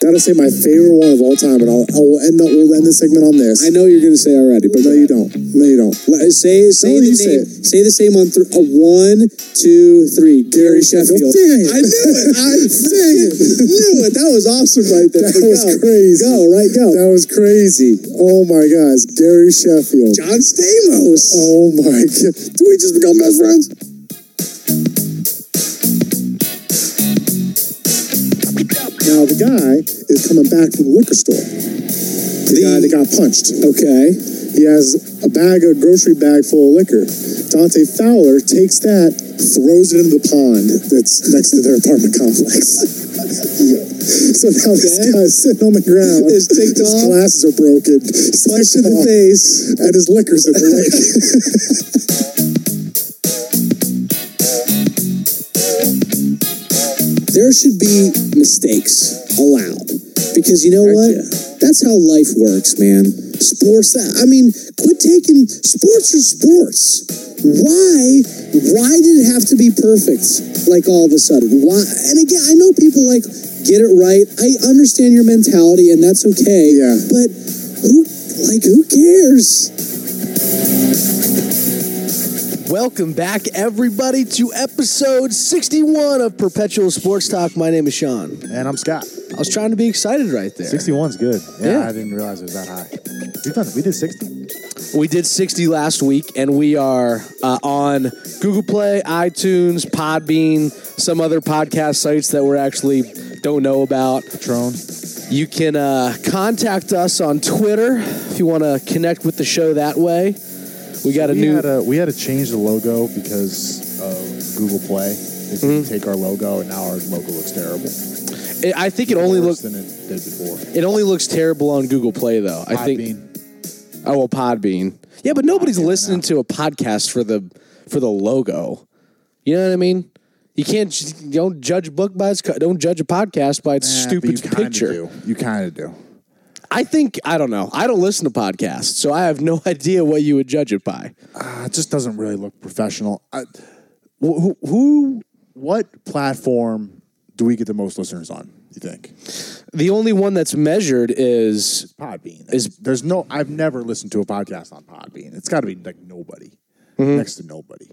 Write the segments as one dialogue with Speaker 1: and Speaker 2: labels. Speaker 1: gotta say my favorite one of all time, and I'll, I'll end the we'll end the segment on this.
Speaker 2: I know you're going to say already, but
Speaker 1: No, you don't. No, you don't.
Speaker 2: Let- Say say
Speaker 1: No,
Speaker 2: the
Speaker 1: you
Speaker 2: name.
Speaker 1: say
Speaker 2: Say, the same on th- uh, one, two, three. Gary Sheffield.
Speaker 1: Dang it.
Speaker 2: I knew it. I
Speaker 1: Dang it.
Speaker 2: knew it. That was awesome right there.
Speaker 1: That was
Speaker 2: Go.
Speaker 1: crazy.
Speaker 2: Go right. Go.
Speaker 1: That was crazy. Oh my gosh, Gary Sheffield.
Speaker 2: John Stamos.
Speaker 1: Oh my god. Do we just become best friends? Now the guy is coming back from the liquor store. The, guy that got punched.
Speaker 2: Okay.
Speaker 1: He has a bag, a grocery bag full of liquor. Dante Fowler takes that, throws it into the pond that's next to their apartment complex. so now this
Speaker 2: Okay.
Speaker 1: guy's sitting on the ground.
Speaker 2: His ticked off.
Speaker 1: glasses are broken. He's
Speaker 2: Punch in the
Speaker 1: off,
Speaker 2: face.
Speaker 1: And his liquor's in the lake.
Speaker 2: There should be mistakes allowed because you know
Speaker 1: Heck
Speaker 2: what?
Speaker 1: yeah.
Speaker 2: That's how life works, man. Sports. That I mean, quit taking sports are sports. Why? Why did it have to be perfect? Like all of a sudden? Why? And again, I know people like get it right. I understand your mentality, and that's okay.
Speaker 1: Yeah.
Speaker 2: But who? Like who cares?
Speaker 3: Welcome back, everybody, to episode 61 of Perpetual Sports Talk. My name is Sean.
Speaker 4: And I'm Scott.
Speaker 3: I was trying to be excited right there.
Speaker 4: 61's good. Yeah,
Speaker 3: Yeah.
Speaker 4: I didn't realize it was that high. We've done. We did 60.
Speaker 3: We did 60 last week, and we are uh, on Google Play, iTunes, Podbean, some other podcast sites that we're actually don't know about.
Speaker 4: Patron.
Speaker 3: You can uh, contact us on Twitter if you want to connect with the show that way. We got a
Speaker 4: we
Speaker 3: new.
Speaker 4: Had a, we had to change the logo because of Google Play. They couldn't take our logo, and now our logo looks terrible.
Speaker 3: it- I think it only looks
Speaker 4: Worse than it did before. eh,
Speaker 3: it only looks terrible on Google Play though. I think.
Speaker 4: Podbean.
Speaker 3: Oh, well, Podbean. Yeah, but nobody's
Speaker 4: yeah,
Speaker 3: listening
Speaker 4: no.
Speaker 3: to a podcast for the for the logo. You know what I mean? You can't ju- don't judge a book by its co- don't judge a podcast by its
Speaker 4: Nah,
Speaker 3: stupid
Speaker 4: but you kinda
Speaker 3: picture.
Speaker 4: do. You kind of do.
Speaker 3: I think I don't know. I don't listen to podcasts, so I have no idea what you would judge it by.
Speaker 4: Uh, it just doesn't really look professional. I, wh- who, who, what platform do we get the most listeners on? You think?
Speaker 3: The only one that's measured is
Speaker 4: Podbean.
Speaker 3: Is-
Speaker 4: there's no I've never listened to a podcast on Podbean. It's got to be like nobody.
Speaker 3: Mm-hmm.
Speaker 4: Next to nobody.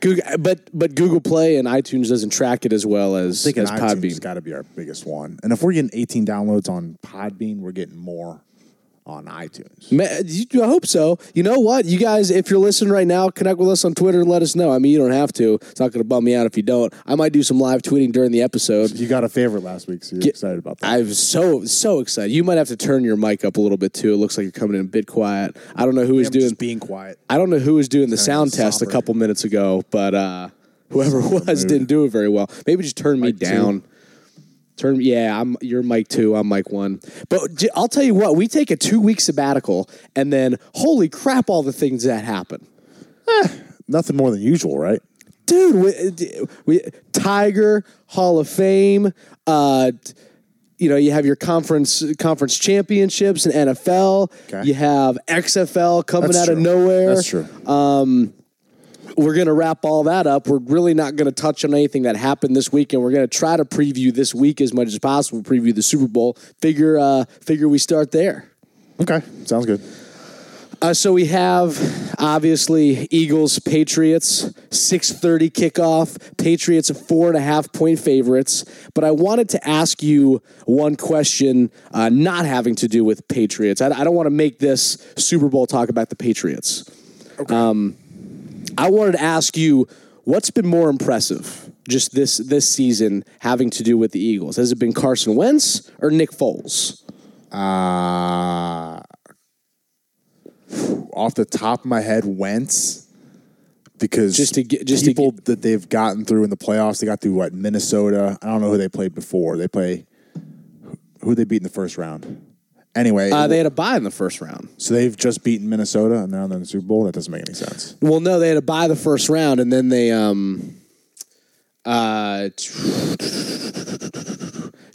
Speaker 3: Google, but but Google Play and iTunes doesn't track it as well as,
Speaker 4: Thinking
Speaker 3: as
Speaker 4: iTunes
Speaker 3: Podbean.
Speaker 4: got to be our biggest one. And if we're getting 18 downloads on Podbean, we're getting more on iTunes.
Speaker 3: Ma- you- I hope so. You know what? You guys, if you're listening right now, connect with us on Twitter and let us know. I mean, you don't have to. It's not going to bum me out if you don't. I might do some live tweeting during the episode.
Speaker 4: You got a favorite last week, so you're excited about that.
Speaker 3: I'm so so excited. You might have to turn your mic up a little bit too. It looks like you're coming in a bit quiet. I don't know who was
Speaker 4: I'm
Speaker 3: doing.
Speaker 4: just being quiet.
Speaker 3: I don't know who was doing the sound
Speaker 4: somber.
Speaker 3: test a couple minutes ago, but uh, whoever it was
Speaker 4: mood.
Speaker 3: didn't do it very well. Maybe just turn me
Speaker 4: Mic two.
Speaker 3: down. Turn yeah, I'm your mic two, I'm mic one. But j- I'll tell you what, we take a two week sabbatical, and then holy crap, all the things that happen,
Speaker 4: Nothing more than usual, right?
Speaker 3: dude. We, uh, d- we Tiger Hall of Fame. Uh, t- you know, you have your conference conference championships in NFL.
Speaker 4: Okay.
Speaker 3: You have XFL coming out
Speaker 4: That's
Speaker 3: of
Speaker 4: true.
Speaker 3: nowhere. Uh,
Speaker 4: That's true.
Speaker 3: we're going to wrap all that up. We're really not going to touch on anything that happened this weekend. We're going to try to preview this week as much as possible. Preview the Super Bowl. Figure, uh, figure we start there.
Speaker 4: okay, sounds good.
Speaker 3: Uh, so we have obviously Eagles Patriots six thirty kickoff. Patriots are four and a half point favorites. But I wanted to ask you one question, uh, not having to do with Patriots. I, I don't want to make this Super Bowl talk about the Patriots. Um, I wanted to ask you what's been more impressive just this this season having to do with the Eagles. Has it been Carson Wentz or Nick Foles?
Speaker 4: Uh, off the top of my head, Wentz, because
Speaker 3: Just to get- just to
Speaker 4: people that they've gotten through in the playoffs, they got through what Minnesota. I don't know who they played before. They play who they beat in the first round. Anyway,
Speaker 3: Uh, they had a bye in the first round.
Speaker 4: so they've just beaten Minnesota and they're on the Super Bowl. That doesn't make any sense.
Speaker 3: Well, no, they had to buy the first round, and then they um, uh,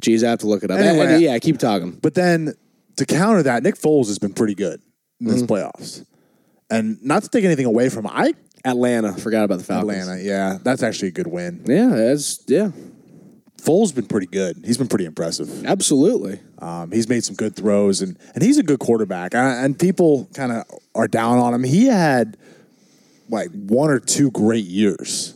Speaker 3: geez, I have to look it up.
Speaker 4: Anyway.
Speaker 3: And- and, yeah, keep talking.
Speaker 4: But then to counter that, Nick Foles has been pretty good in this
Speaker 3: Mm-hmm.
Speaker 4: playoffs. And not to take anything away from I
Speaker 3: Atlanta, forgot about the Falcons.
Speaker 4: Atlanta, yeah, that's actually a good win.
Speaker 3: Yeah, that's yeah.
Speaker 4: Foles been pretty good. He's been pretty impressive.
Speaker 3: Absolutely.
Speaker 4: Um, he's made some good throws, and and he's a good quarterback. I, and people kind of are down on him. He had like one or two great years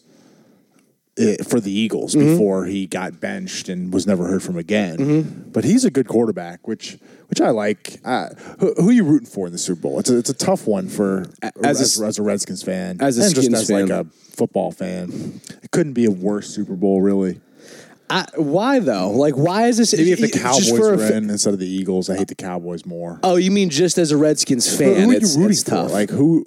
Speaker 4: eh, for the Eagles before he got benched and was never heard from again. But he's a good quarterback, which which I like. Uh, who, who are you rooting for in the Super Bowl? It's a, it's a tough one for
Speaker 3: as a
Speaker 4: as, as a Redskins fan,
Speaker 3: as a
Speaker 4: and just
Speaker 3: Skins
Speaker 4: as like
Speaker 3: fan.
Speaker 4: a football fan. It couldn't be a worse Super Bowl, really. E,
Speaker 3: I, why though? Like, why is this?
Speaker 4: Maybe if the
Speaker 3: it- just
Speaker 4: Cowboys
Speaker 3: for a
Speaker 4: were
Speaker 3: fa-
Speaker 4: in instead of the Eagles, I hate the Cowboys more.
Speaker 3: Oh, you mean just as a Redskins
Speaker 4: Who-
Speaker 3: fan?
Speaker 4: who are
Speaker 3: it's,
Speaker 4: you rooting
Speaker 3: it's
Speaker 4: for?
Speaker 3: tough.
Speaker 4: Like who?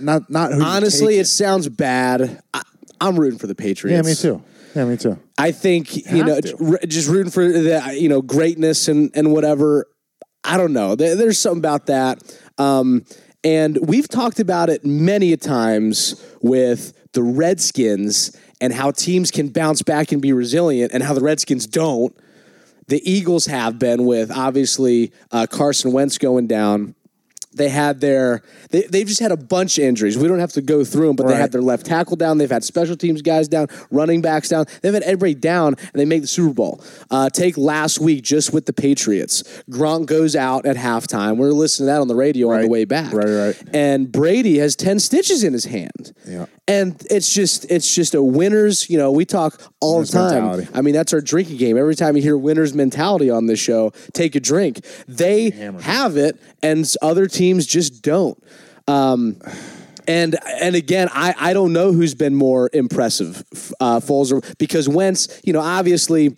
Speaker 4: Not not who.
Speaker 3: honestly,
Speaker 4: you
Speaker 3: it sounds bad. I, I'm rooting for the Patriots.
Speaker 4: yeah, me too. Yeah, me too.
Speaker 3: I think you,
Speaker 4: have
Speaker 3: know,
Speaker 4: to.
Speaker 3: r- just rooting for the uh, you know greatness and and whatever. I don't know. There, there's something about that. Um, and we've talked about it many a times with the Redskins and how teams can bounce back and be resilient, and how the Redskins don't. The Eagles have been with obviously uh, Carson Wentz going down. They had their they they've just had a bunch of injuries. We don't have to go through them, but they
Speaker 4: Right.
Speaker 3: had their left tackle down. They've had special teams guys down, running backs down. They've had everybody down, and they make the Super Bowl. Uh, take last week just with the Patriots. Gronk goes out at halftime. We are listening to that on the radio on the
Speaker 4: Right.
Speaker 3: way back.
Speaker 4: Right, right.
Speaker 3: And Brady has ten stitches in his hand.
Speaker 4: Yeah.
Speaker 3: And it's just it's just a winners. You know, we talk all
Speaker 4: Winners
Speaker 3: the time.
Speaker 4: mentality.
Speaker 3: I mean, that's our drinking game. Every time you hear winners mentality on this show, take a drink. They have it, and s- other teams just don't. Um, and and again, I, I don't know who's been more impressive, f- uh, Foles or because Wentz, you know, obviously.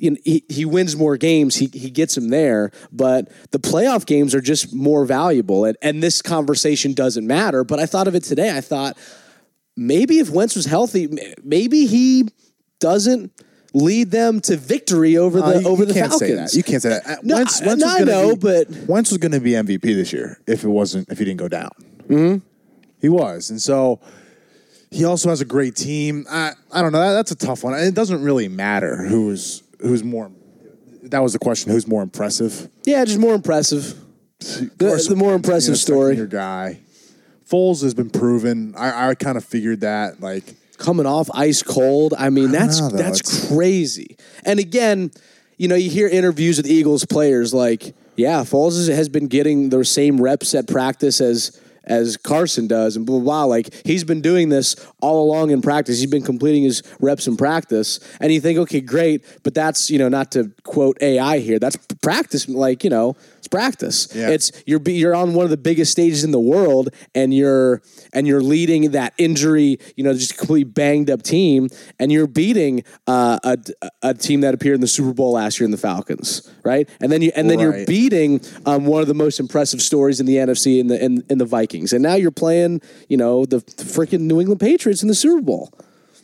Speaker 3: You know, he, he wins more games. He, he gets him there, but the playoff games are just more valuable. And, and this conversation doesn't matter. But I thought of it today. I thought, maybe if Wentz was healthy, m- maybe he doesn't lead them to victory over the
Speaker 4: Uh, you-
Speaker 3: over
Speaker 4: you
Speaker 3: the
Speaker 4: can't say
Speaker 3: Falcons.
Speaker 4: that. You can't say that. Uh,
Speaker 3: No, I- no,
Speaker 4: was
Speaker 3: I
Speaker 4: gonna
Speaker 3: know,
Speaker 4: be-
Speaker 3: but-
Speaker 4: Wentz was going to be MVP this year if it wasn't if he didn't go down. Mm-hmm. He was, and so he also has a great team. I I don't know. That, that's a tough one. It doesn't really matter who's who's more. That was the question. Who's more impressive?
Speaker 3: yeah, just more impressive. The,
Speaker 4: Carson
Speaker 3: the more
Speaker 4: Wentz,
Speaker 3: impressive
Speaker 4: you know,
Speaker 3: story
Speaker 4: second-year guy. Foles has been proven. I, I kind of figured that. Like
Speaker 3: coming off ice cold. I mean, that's
Speaker 4: know, Ah, though.
Speaker 3: that's
Speaker 4: It's-
Speaker 3: crazy. And again, you know, you hear interviews with Eagles players like, yeah, Foles is- has been getting the same reps at practice as as Carson does, and blah blah blah. Like he's been doing this all along in practice. He's been completing his reps in practice, and you think, okay, great, but that's you know, not to quote AI here, that's practice. Like you know, it's practice.
Speaker 4: Yeah.
Speaker 3: It's you're be- you're on one of the biggest stages in the world and you're and you're leading that injury you know just completely banged up team and you're beating uh, a, a team that appeared in the Super Bowl last year in the Falcons right and then you and then you're
Speaker 4: Right.
Speaker 3: beating um, one of the most impressive stories in the NFC in the in, in the Vikings and now you're playing you know the, the freaking New England Patriots in the Super Bowl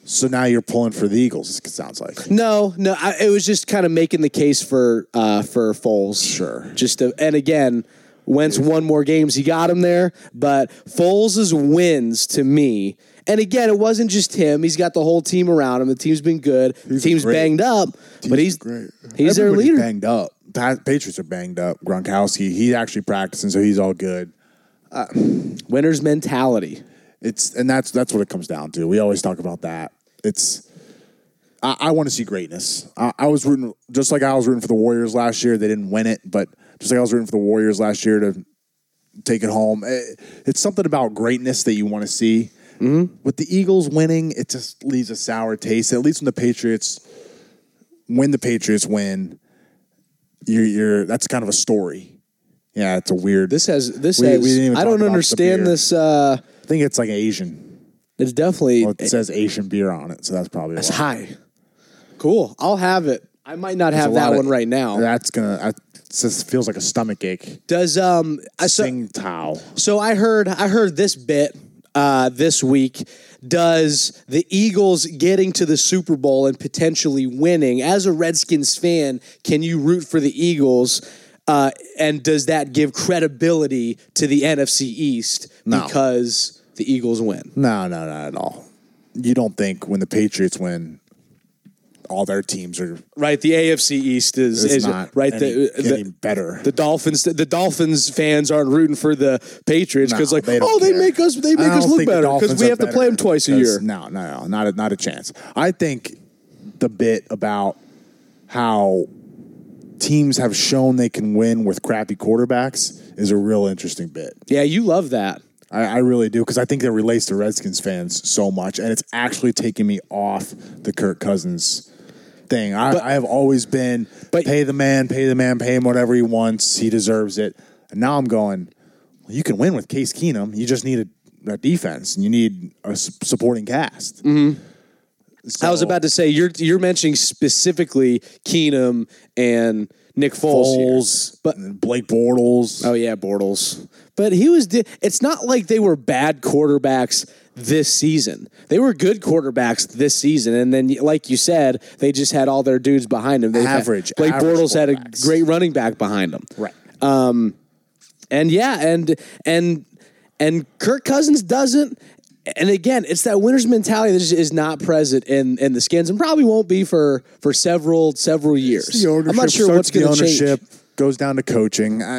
Speaker 4: so now you're pulling for the Eagles. It sounds like.
Speaker 3: no, no. I, it was just kind of making the case for uh, for Foles.
Speaker 4: Sure.
Speaker 3: Just to, and again, Wentz won more games. He got him there, but Foles' wins to me. And again, it wasn't just him. He's got the whole team around him. The team's been good. The
Speaker 4: He's
Speaker 3: team's
Speaker 4: great.
Speaker 3: banged up, but he's he's their
Speaker 4: Everybody's
Speaker 3: leader.
Speaker 4: Banged up. Pa- Patriots are banged up. Gronkowski, he's actually practicing, so he's all good.
Speaker 3: Winner's mentality.
Speaker 4: It's and that's that's what it comes down to. We always talk about that. It's I, I want to see greatness. I, I was rooting just like I was rooting for the Warriors last year. They didn't win it, but just like I was rooting for the Warriors last year to take it home. It- it's something about greatness that you want to see. With the Eagles winning, it just leaves a sour taste. At least when the Patriots when the Patriots win, you're, you're that's kind of a story. Yeah, it's a weird.
Speaker 3: This has this
Speaker 4: We-
Speaker 3: has.
Speaker 4: we didn't even
Speaker 3: I
Speaker 4: talk
Speaker 3: don't
Speaker 4: about the
Speaker 3: understand
Speaker 4: beer.
Speaker 3: this. Uh,
Speaker 4: I think it's like Asian.
Speaker 3: it's definitely
Speaker 4: Well, it says Asian beer on it, so that's probably
Speaker 3: it's
Speaker 4: why.
Speaker 3: high. Cool. I'll have it. I might not
Speaker 4: There's
Speaker 3: have
Speaker 4: a
Speaker 3: that
Speaker 4: lot of-
Speaker 3: one right now.
Speaker 4: That's gonna. I, it just feels like a stomach ache.
Speaker 3: Does um I- so,
Speaker 4: Sing Tao.
Speaker 3: So I heard I heard this bit uh, this week. Does the Eagles getting to the Super Bowl and potentially winning as a Redskins fan? Can you root for the Eagles? Uh, and does that give credibility to the NFC East
Speaker 4: No.
Speaker 3: because the Eagles win?
Speaker 4: No, no, not at all. You don't think when the Patriots win, all their teams are
Speaker 3: Right, the AFC East is,
Speaker 4: is
Speaker 3: is
Speaker 4: not
Speaker 3: right. uh,
Speaker 4: any,
Speaker 3: The, the,
Speaker 4: getting better.
Speaker 3: the Dolphins, the Dolphins fans aren't rooting for the Patriots because,
Speaker 4: No,
Speaker 3: like,
Speaker 4: they don't
Speaker 3: oh, they
Speaker 4: care.
Speaker 3: make us, they
Speaker 4: I
Speaker 3: make us
Speaker 4: don't
Speaker 3: look
Speaker 4: think the
Speaker 3: better because
Speaker 4: Dolphins
Speaker 3: we
Speaker 4: are
Speaker 3: have to play
Speaker 4: better
Speaker 3: them twice a
Speaker 4: 'cause-
Speaker 3: year.
Speaker 4: No, no, no, not a, not a chance. I think the bit about how teams have shown they can win with crappy quarterbacks is a real interesting bit.
Speaker 3: Yeah, you love that.
Speaker 4: I, I really do because I think that relates to Redskins fans so much, and it's actually taking me off the Kirk Cousins thing. I, I have always been
Speaker 3: But-
Speaker 4: pay the man, pay the man, pay him whatever he wants. He deserves it. And now I'm going. Well, you can win with Case Keenum. You just need a, a defense, and you need a s- supporting cast.
Speaker 3: Mm-hmm. I was about to say you're you're mentioning specifically Keenum and Nick Foles, here.
Speaker 4: Foles,
Speaker 3: but
Speaker 4: Blake Bortles.
Speaker 3: oh yeah, Bortles. But he was. Di- it's not like they were bad quarterbacks this season. They were good quarterbacks this season, and then like you said, they just had all their dudes behind them. They
Speaker 4: Average-
Speaker 3: Blake
Speaker 4: average
Speaker 3: Bortles had a
Speaker 4: quarterbacks.
Speaker 3: great running back behind him.
Speaker 4: right.
Speaker 3: And yeah, and and and Kirk Cousins doesn't. And again, it's that winner's mentality that just is not present in in the skins, and probably won't be for for several several years.
Speaker 4: The ownership,
Speaker 3: I'm not sure
Speaker 4: starts
Speaker 3: what's
Speaker 4: the
Speaker 3: going to change.
Speaker 4: ownership goes down to coaching. I,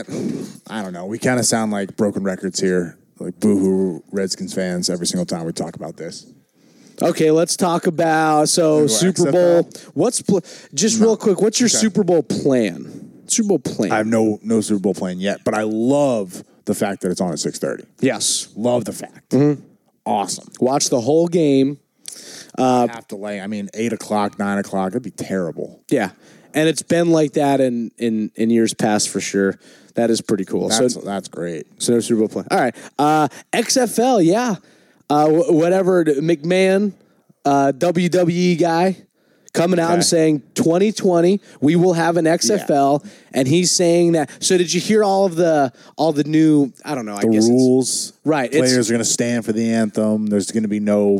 Speaker 4: I don't know. We kind of sound like broken records here, like boohoo Redskins fans every single time we talk about this.
Speaker 3: Okay, let's talk about so
Speaker 4: I
Speaker 3: Super
Speaker 4: accept
Speaker 3: Bowl.
Speaker 4: that?
Speaker 3: What's pl- just real quick? What's your Super Bowl plan? Super Bowl plan.
Speaker 4: I have no no Super Bowl plan yet, but I love the fact that it's on at six thirty.
Speaker 3: yes,
Speaker 4: Love the fact.
Speaker 3: Mm-hmm.
Speaker 4: Awesome.
Speaker 3: watch the whole game. Uh,
Speaker 4: Half delay. I mean, eight o'clock, nine o'clock. That'd be terrible.
Speaker 3: Yeah, and it's been like that in in in years past for sure. That is pretty cool.
Speaker 4: That's
Speaker 3: so
Speaker 4: that's great.
Speaker 3: So no Super Bowl plan. All right. Uh, XFL, yeah. Uh, wh- whatever, McMahon, uh, WWE guy coming out
Speaker 4: Okay.
Speaker 3: and saying 2020 we will have an XFL and he's saying that so did you hear all of the all the new I don't know I
Speaker 4: The
Speaker 3: guess it's-
Speaker 4: rules.
Speaker 3: Right, it's-
Speaker 4: Players are going to stand for the anthem. There's going to be no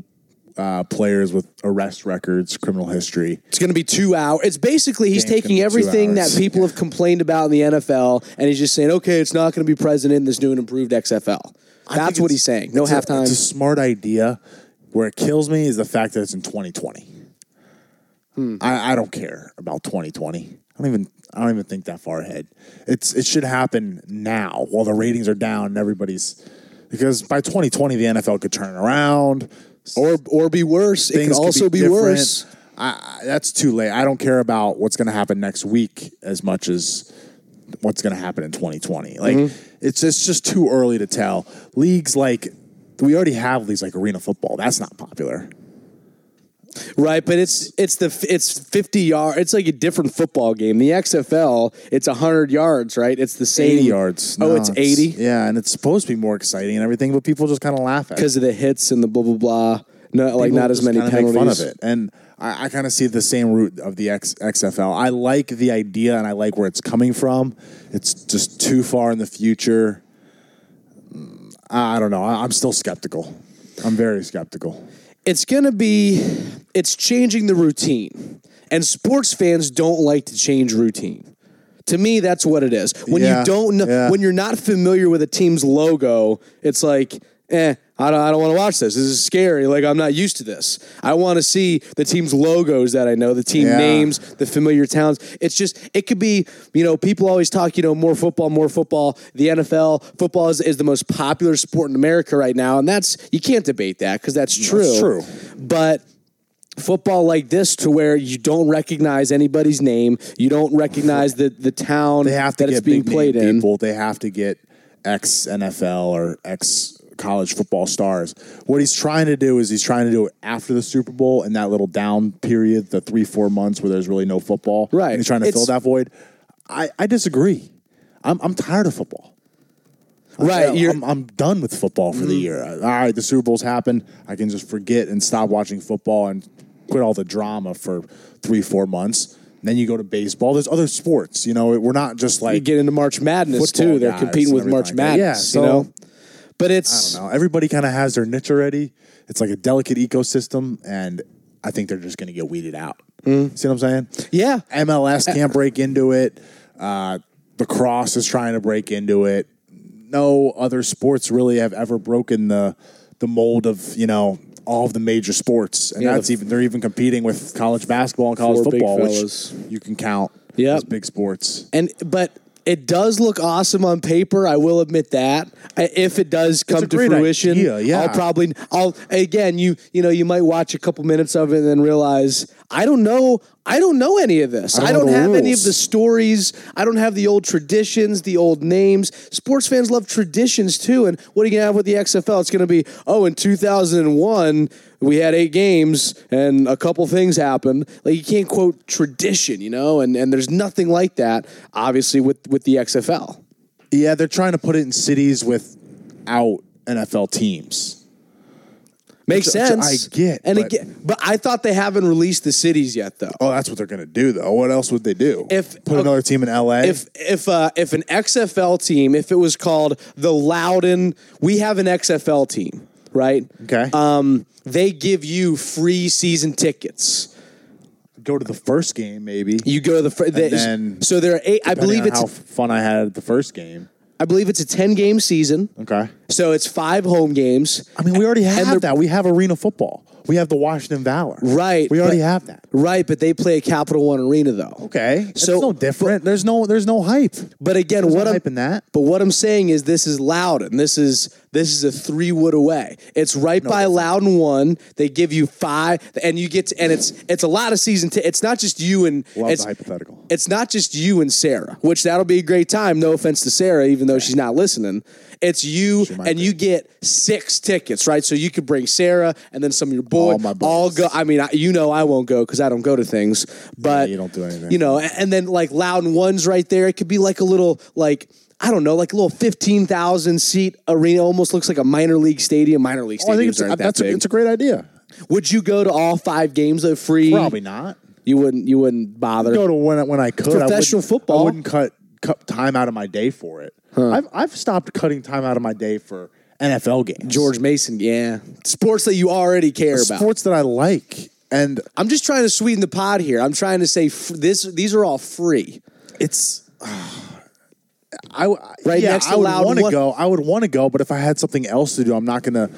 Speaker 4: uh, players with arrest records, criminal history.
Speaker 3: It's going to be two hours. It's basically he's
Speaker 4: Game's gonna be
Speaker 3: taking
Speaker 4: two
Speaker 3: everything that
Speaker 4: hours.
Speaker 3: people have complained about in the NFL, and he's just saying, okay, it's not going to be present in this new and improved XFL.
Speaker 4: I think
Speaker 3: That's what
Speaker 4: it's-
Speaker 3: he's saying. No
Speaker 4: it's a-
Speaker 3: halftime.
Speaker 4: It's a smart idea. Where it kills me is the fact that it's in 2020.
Speaker 3: Hmm.
Speaker 4: I, I don't care about 2020. I don't even I don't even think that far ahead. It's it should happen now while the ratings are down and everybody's because by 2020 the NFL could turn around.
Speaker 3: or or be worse. It could
Speaker 4: could
Speaker 3: also be
Speaker 4: different.
Speaker 3: worse.
Speaker 4: I, I, that's too late. I don't care about what's going to happen next week as much as what's going to happen in 2020. Like
Speaker 3: Mm-hmm.
Speaker 4: it's it's just too early to tell. Leagues like we already have leagues like arena football. That's not popular.
Speaker 3: Right, but it's it's the it's fifty yard. It's like a different football game. The XFL, it's hundred yards, right? It's the same
Speaker 4: 80 yards.
Speaker 3: Oh,
Speaker 4: No,
Speaker 3: it's eighty
Speaker 4: Yeah, and it's supposed to be more exciting and everything, but people just kind of laugh at it.
Speaker 3: because of the hits and the blah blah blah. No, like
Speaker 4: People
Speaker 3: not as
Speaker 4: just
Speaker 3: many
Speaker 4: kinda make
Speaker 3: penalties.
Speaker 4: fun of it. And I, I kind of see the same root of the X, XFL. I like the idea and I like where it's coming from. It's just too far in the future. Mm, I I don't know. I, I'm still skeptical. I'm very skeptical.
Speaker 3: It's gonna be. It's changing the routine, and sports fans don't like to change routine. To me, that's what it is. When
Speaker 4: Yeah,
Speaker 3: you don't know,
Speaker 4: yeah.
Speaker 3: when you're not familiar with a team's logo, it's like, eh, I don't, I don't want to watch this. This is scary. Like I'm not used to this. I want to see the team's logos that I know, the team
Speaker 4: Yeah.
Speaker 3: names, the familiar towns. It's just it could be, you know, people always talk, you know, more football, more football. The NFL football is, is the most popular sport in America right now, and that's you can't debate that because that's true.
Speaker 4: That's true.
Speaker 3: But football like this to where you don't recognize anybody's name, you don't recognize the the town
Speaker 4: They have to
Speaker 3: that
Speaker 4: get
Speaker 3: it's being
Speaker 4: big
Speaker 3: played
Speaker 4: name
Speaker 3: in.
Speaker 4: people. They have to get ex NFL or ex college football stars. What he's trying to do is he's trying to do it after the Super Bowl and that little down period, the three four months where there's really no football.
Speaker 3: Right.
Speaker 4: and he's trying to fill
Speaker 3: It's-
Speaker 4: that void. I, I disagree. I'm I'm tired of football.
Speaker 3: Right,
Speaker 4: Yeah,
Speaker 3: you're- Mm.
Speaker 4: I'm, I'm done with football for the year. All right, the Super Bowl's happened. I can just forget and stop watching football and quit all the drama for three, four months. Then you go to baseball. There's other sports. You know, we're not just
Speaker 3: You
Speaker 4: like
Speaker 3: get into March Madness
Speaker 4: Football
Speaker 3: too. They're
Speaker 4: guys
Speaker 3: competing
Speaker 4: and
Speaker 3: with March
Speaker 4: everything like that. Yeah,
Speaker 3: Madness,
Speaker 4: so-
Speaker 3: you know. But
Speaker 4: I
Speaker 3: it's
Speaker 4: don't know. Everybody kind of has their niche already. It's like a delicate ecosystem, and I think they're just going to get weeded out. See what I'm saying?
Speaker 3: Yeah.
Speaker 4: MLS can't break into it. Uh, the cross is trying to break into it. No other sports really have ever broken the the mold of you know all of the major sports, and
Speaker 3: Yeah,
Speaker 4: that's
Speaker 3: the-
Speaker 4: even they're even competing with college basketball and college
Speaker 3: Four big
Speaker 4: football, which
Speaker 3: fellas.
Speaker 4: you can count
Speaker 3: Yep.
Speaker 4: as big sports.
Speaker 3: and but it does look awesome on paper. I will admit that. I- If it does come
Speaker 4: a
Speaker 3: to
Speaker 4: great
Speaker 3: fruition,
Speaker 4: idea, yeah.
Speaker 3: I'll probably I'll again you you know you might watch a couple minutes of it and then realize I don't know. I don't know any of this. I
Speaker 4: don't
Speaker 3: don't,
Speaker 4: know the
Speaker 3: have any of
Speaker 4: rules.
Speaker 3: the stories. I don't have the old traditions, the old names. Sports fans love traditions too. And what are you gonna have with the XFL? It's gonna be oh, in two thousand and one we had eight games and a couple things happened. Like you can't quote tradition, you know. And and there's nothing like that. Obviously with with the XFL.
Speaker 4: Yeah, they're trying to put it in cities without NFL teams.
Speaker 3: Makes
Speaker 4: Which- which
Speaker 3: sense.
Speaker 4: I get,
Speaker 3: and
Speaker 4: but-
Speaker 3: again, but I thought they haven't released the cities yet, though.
Speaker 4: Oh, that's what they're gonna do though. What else would they do?
Speaker 3: If- uh,
Speaker 4: put another team in LA.
Speaker 3: If if uh, if an XFL team, if it was called the Loudon, we have an XFL team, right?
Speaker 4: okay,
Speaker 3: Um, they give you free season tickets.
Speaker 4: go to the first game maybe.
Speaker 3: You go to the fr- they,
Speaker 4: then-
Speaker 3: so there are eight. I
Speaker 4: depending
Speaker 3: believe
Speaker 4: on
Speaker 3: it's
Speaker 4: how fun I had at the first game.
Speaker 3: I believe it's a ten game season.
Speaker 4: Okay,
Speaker 3: So it's five home games.
Speaker 4: I mean we already
Speaker 3: they're-
Speaker 4: have that. We have arena football. We have the Washington Valor.
Speaker 3: Right,
Speaker 4: We already
Speaker 3: but-
Speaker 4: have that.
Speaker 3: Right, but they play at Capital One Arena though.
Speaker 4: Okay, so
Speaker 3: So-
Speaker 4: no different. there's no there's no hype.
Speaker 3: But again,
Speaker 4: There's
Speaker 3: what
Speaker 4: no
Speaker 3: I'm
Speaker 4: hype in that.
Speaker 3: But what I'm saying is this is Loudon. This is this is a three wood away. It's right by Loudon one. They give you five, and you get to, and it's it's a lot of season. T- it's not just you and
Speaker 4: Love the
Speaker 3: it's,
Speaker 4: hypothetical.
Speaker 3: It's not just you and Sarah, which that'll be a great time. No offense to Sarah, even though she's not listening. It's you
Speaker 4: might
Speaker 3: and
Speaker 4: be.
Speaker 3: you get six tickets, right? So you could bring Sarah and then some of your boy.
Speaker 4: All my boys.
Speaker 3: all go. I mean, I, you know, I won't go because I don't go to things. But
Speaker 4: you don't do anything.
Speaker 3: You know, know, a- and then like Loudon One's right there. It could be like a little like I don't know, like a little fifteen thousand seat arena. Almost looks like a minor league stadium. Minor league stadiums
Speaker 4: Oh, I think it's,
Speaker 3: aren't that
Speaker 4: that's a,
Speaker 3: big.
Speaker 4: it's a great idea.
Speaker 3: Would you go to all five games of free?
Speaker 4: Probably not.
Speaker 3: You wouldn't. You wouldn't bother.
Speaker 4: go to when I- when I could. I wouldn't-
Speaker 3: Professional football.
Speaker 4: I wouldn't cut cut time out of my day for it. I've I've stopped cutting time out of my day for NFL games.
Speaker 3: George Mason. Yeah, sports that you already care about.
Speaker 4: sports that I like, and
Speaker 3: I'm just trying to sweeten the pot here. I'm trying to say f- this. These are all free.
Speaker 4: it's. I w-
Speaker 3: Right
Speaker 4: yeah,
Speaker 3: next to
Speaker 4: I would
Speaker 3: Loud
Speaker 4: want to
Speaker 3: One.
Speaker 4: go. I would want to go, but if I had something else to do, I'm not going to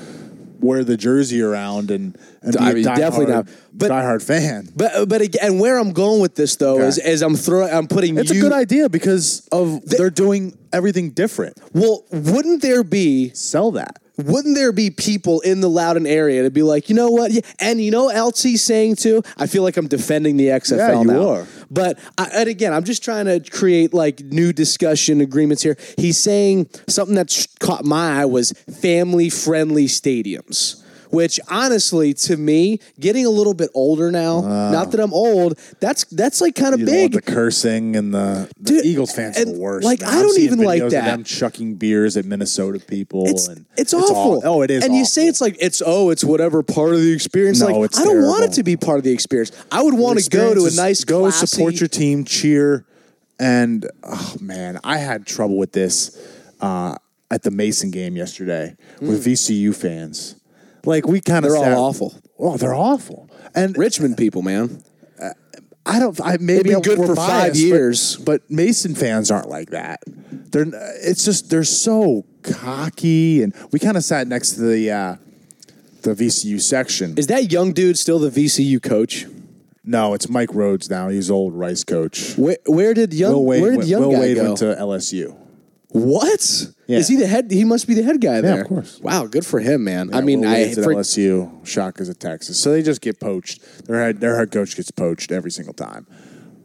Speaker 4: wear the jersey around and, and be
Speaker 3: I
Speaker 4: a
Speaker 3: mean, definitely
Speaker 4: diehard-
Speaker 3: not. But-
Speaker 4: diehard fan.
Speaker 3: But but again, where I'm going with this though
Speaker 4: Okay.
Speaker 3: is is I'm throwing. I'm putting.
Speaker 4: It's
Speaker 3: you,
Speaker 4: a good idea because of they're doing everything different.
Speaker 3: Well, wouldn't there be
Speaker 4: Sell that.
Speaker 3: wouldn't there be people in the Loudon area to be like, you know what? Yeah, and you know, what else he's saying too. I feel like I'm defending the XFL
Speaker 4: Yeah, you
Speaker 3: now.
Speaker 4: are.
Speaker 3: But I, and again, I'm just trying to create like new discussion agreements here. He's saying something that sh- caught my eye was family friendly stadiums. Which honestly, to me, getting a little bit older now, not that I'm old, that's that's like kind of
Speaker 4: You don't want
Speaker 3: big.
Speaker 4: the cursing and the, the
Speaker 3: Dude,
Speaker 4: Eagles fans are the
Speaker 3: and,
Speaker 4: worst.
Speaker 3: like,
Speaker 4: man.
Speaker 3: I
Speaker 4: I'm
Speaker 3: don't
Speaker 4: seeing
Speaker 3: even like
Speaker 4: videos of
Speaker 3: that.
Speaker 4: them chucking beers at Minnesota people.
Speaker 3: It's,
Speaker 4: and
Speaker 3: it's awful.
Speaker 4: aw- oh, it is.
Speaker 3: And you
Speaker 4: awful.
Speaker 3: say it's like it's oh, it's whatever part of the experience.
Speaker 4: No,
Speaker 3: like
Speaker 4: it's
Speaker 3: I don't want it
Speaker 4: terrible.
Speaker 3: to be part of the experience. I would want to go
Speaker 4: Experience
Speaker 3: to a
Speaker 4: is
Speaker 3: nice
Speaker 4: go
Speaker 3: classy,
Speaker 4: support your team, cheer, and oh man, I had trouble with this uh, at the Mason game yesterday with VCU fans. Like we kind of
Speaker 3: Hmm. They're all awful.
Speaker 4: Oh, they're awful. And
Speaker 3: Richmond people, man.
Speaker 4: I don't. I maybe
Speaker 3: They've been good
Speaker 4: we're
Speaker 3: for
Speaker 4: biased,
Speaker 3: five
Speaker 4: but-
Speaker 3: years.
Speaker 4: but, Mason fans aren't like that. They're. It's just they're so cocky, and we kind of sat next to the uh, the VCU section.
Speaker 3: Is that young dude still the VCU coach?
Speaker 4: no, it's Mike Rhodes now. He's old Rice coach.
Speaker 3: Where, where did young
Speaker 4: Will Wade,
Speaker 3: Um, where did
Speaker 4: went-
Speaker 3: young
Speaker 4: Will
Speaker 3: guy
Speaker 4: Wade
Speaker 3: go?
Speaker 4: went to LSU.
Speaker 3: what?
Speaker 4: Yeah.
Speaker 3: Is he the head? He must be the head guy there.
Speaker 4: of course.
Speaker 3: Wow, good for him, man. I mean,
Speaker 4: Will
Speaker 3: I
Speaker 4: Wade's at
Speaker 3: for-
Speaker 4: LSU. Shaka's at Texas, so they just get poached. Their head, their head coach gets poached every single time.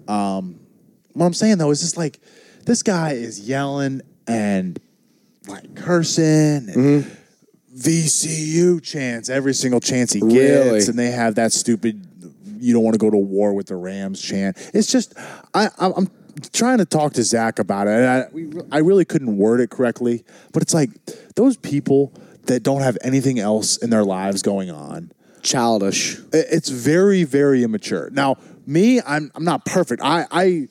Speaker 4: Um, what I'm saying though is just like this guy is yelling and like cursing and VCU chants every single chance he gets,
Speaker 3: Really?
Speaker 4: and they have that stupid "you don't want to go to war with the Rams" chant. It's just I, I'm. I'm Trying to talk to Zach about it, and I, we, re- I really couldn't word it correctly, but it's like those people that don't have anything else in their lives going on.
Speaker 3: childish.
Speaker 4: i- It's very, very immature. Now, me, I'm I'm not perfect. I I,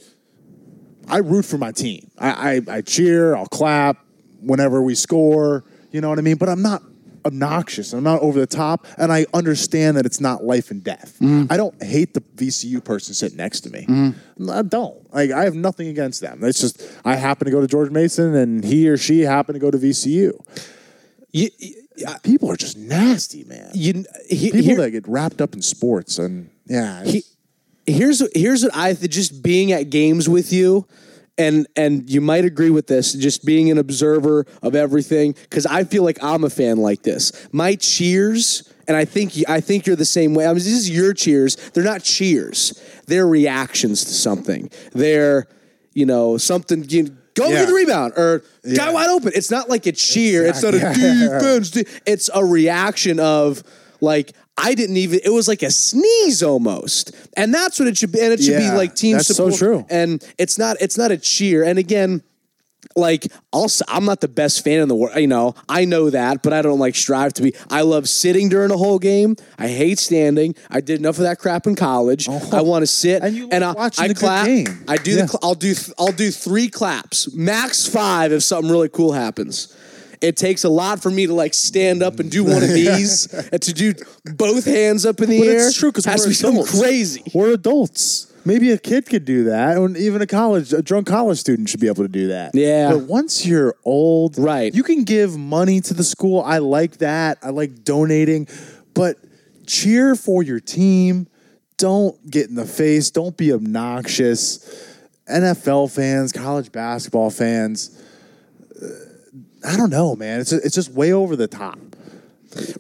Speaker 4: I root for my team. I, I I cheer. I'll clap whenever we score. You know what I mean. But I'm not obnoxious. I'm not over the top, and I understand that it's not life and death.
Speaker 3: Mm.
Speaker 4: I don't hate the VCU person sitting next to me. I don't. Like I have nothing against them. It's just I happen to go to George Mason, and he or she happened to go to VCU.
Speaker 3: You, you,
Speaker 4: People are just nasty, man
Speaker 3: you he-
Speaker 4: people
Speaker 3: here-
Speaker 4: that get wrapped up in sports and yeah
Speaker 3: He- here's here's what I just being at games with you, and and you might agree with this. Just being an observer of everything because I feel like I'm a fan like this. My cheers. and I think I think you're the same way. I mean, this is your cheers. They're not cheers. They're reactions to something. They're you know something. You, Go
Speaker 4: Yeah.
Speaker 3: get the rebound or guy wide open. It's not like a cheer. It's, not a defense. It's a reaction of like I didn't even. It was like a sneeze almost, and that's what it should be. And it should
Speaker 4: Yeah,
Speaker 3: be like team
Speaker 4: that's so
Speaker 3: support.
Speaker 4: true.
Speaker 3: And it's not. It's not a cheer. And again, like also I'm not the best fan in the world. You know, I know that, but I don't like strive to be. I love sitting during a whole game. I hate standing. I did enough of that crap in college. I want to sit
Speaker 4: Oh. And you like
Speaker 3: I,
Speaker 4: watching
Speaker 3: I
Speaker 4: the good
Speaker 3: clap.
Speaker 4: game.
Speaker 3: I do
Speaker 4: Yeah.
Speaker 3: the cl- I'll do th- I'll do three claps, max five if something really cool happens. It takes a lot for me to like stand up and do one of these and to do both hands up in the
Speaker 4: But
Speaker 3: air.
Speaker 4: it's true because
Speaker 3: has to
Speaker 4: we're
Speaker 3: be something
Speaker 4: adults.
Speaker 3: crazy.
Speaker 4: We're adults. Maybe a kid could do that, or even a college, a drunk college student should be able to do that.
Speaker 3: Yeah.
Speaker 4: But once you're old,
Speaker 3: Right.
Speaker 4: you can give money to the school. I like that. I like donating, but cheer for your team. Don't get in the face. Don't be obnoxious. NFL fans, college basketball fans. uh, I don't know, man. It's it's just way over the top.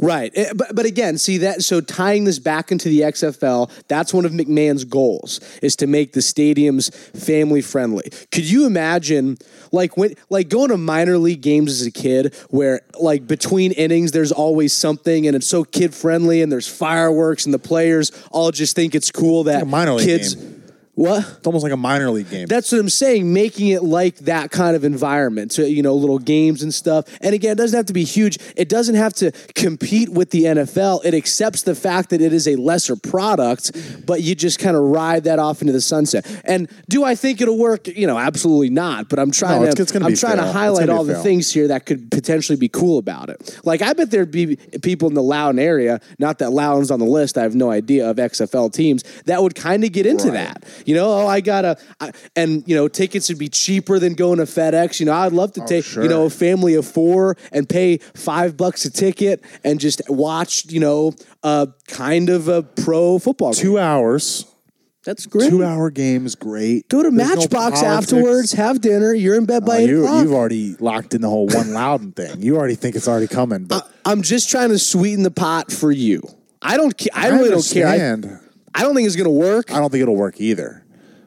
Speaker 3: Right. Eh, But, but again, see that so tying this back into the XFL, that's one of McMahon's goals is to make the stadiums family friendly. Could you imagine like when like going to minor league games as a kid where like between innings there's always something and it's so kid friendly and there's fireworks and the players all just think it's cool that
Speaker 4: a minor league
Speaker 3: kids
Speaker 4: game.
Speaker 3: What?
Speaker 4: It's almost like a minor league game.
Speaker 3: That's what I'm saying, making it like that kind of environment. So, you know, little games and stuff. And again, it doesn't have to be huge. It doesn't have to compete with the NFL. It accepts the fact that it is a lesser product, but you just kind of ride that off into the sunset. And do I think it'll work? You know, absolutely not. But I'm trying
Speaker 4: No, it's-
Speaker 3: to
Speaker 4: it's gonna
Speaker 3: I'm
Speaker 4: be
Speaker 3: trying
Speaker 4: fail.
Speaker 3: to
Speaker 4: It's
Speaker 3: highlight
Speaker 4: gonna be
Speaker 3: all the
Speaker 4: fail.
Speaker 3: things here that could potentially be cool about it. Like I bet there'd be people in the Loudon area, not that Loudon's on the list, I have no idea of XFL teams that would kind of get into
Speaker 4: Right.
Speaker 3: that. You know, oh, I gotta, I, and you know, tickets would be cheaper than going to FedEx. You know, I'd love to take,
Speaker 4: sure.
Speaker 3: you know, a family of four and pay five bucks a ticket and just watch, you know, uh, kind of a pro football. game.
Speaker 4: two hours.
Speaker 3: That's great.
Speaker 4: Two hour game is great.
Speaker 3: Go to
Speaker 4: There's no
Speaker 3: Matchbox
Speaker 4: politics.
Speaker 3: afterwards, have dinner. You're in bed by
Speaker 4: Uh,
Speaker 3: eight
Speaker 4: you,
Speaker 3: o'clock.
Speaker 4: have already locked in the whole one Loudon thing. You already think it's already coming, but
Speaker 3: I'm just trying to sweeten the pot for you. I don't. Ca- I
Speaker 4: I,
Speaker 3: really don't care. I,
Speaker 4: understand.
Speaker 3: I don't think it's gonna work.
Speaker 4: I, don't think it'll work either.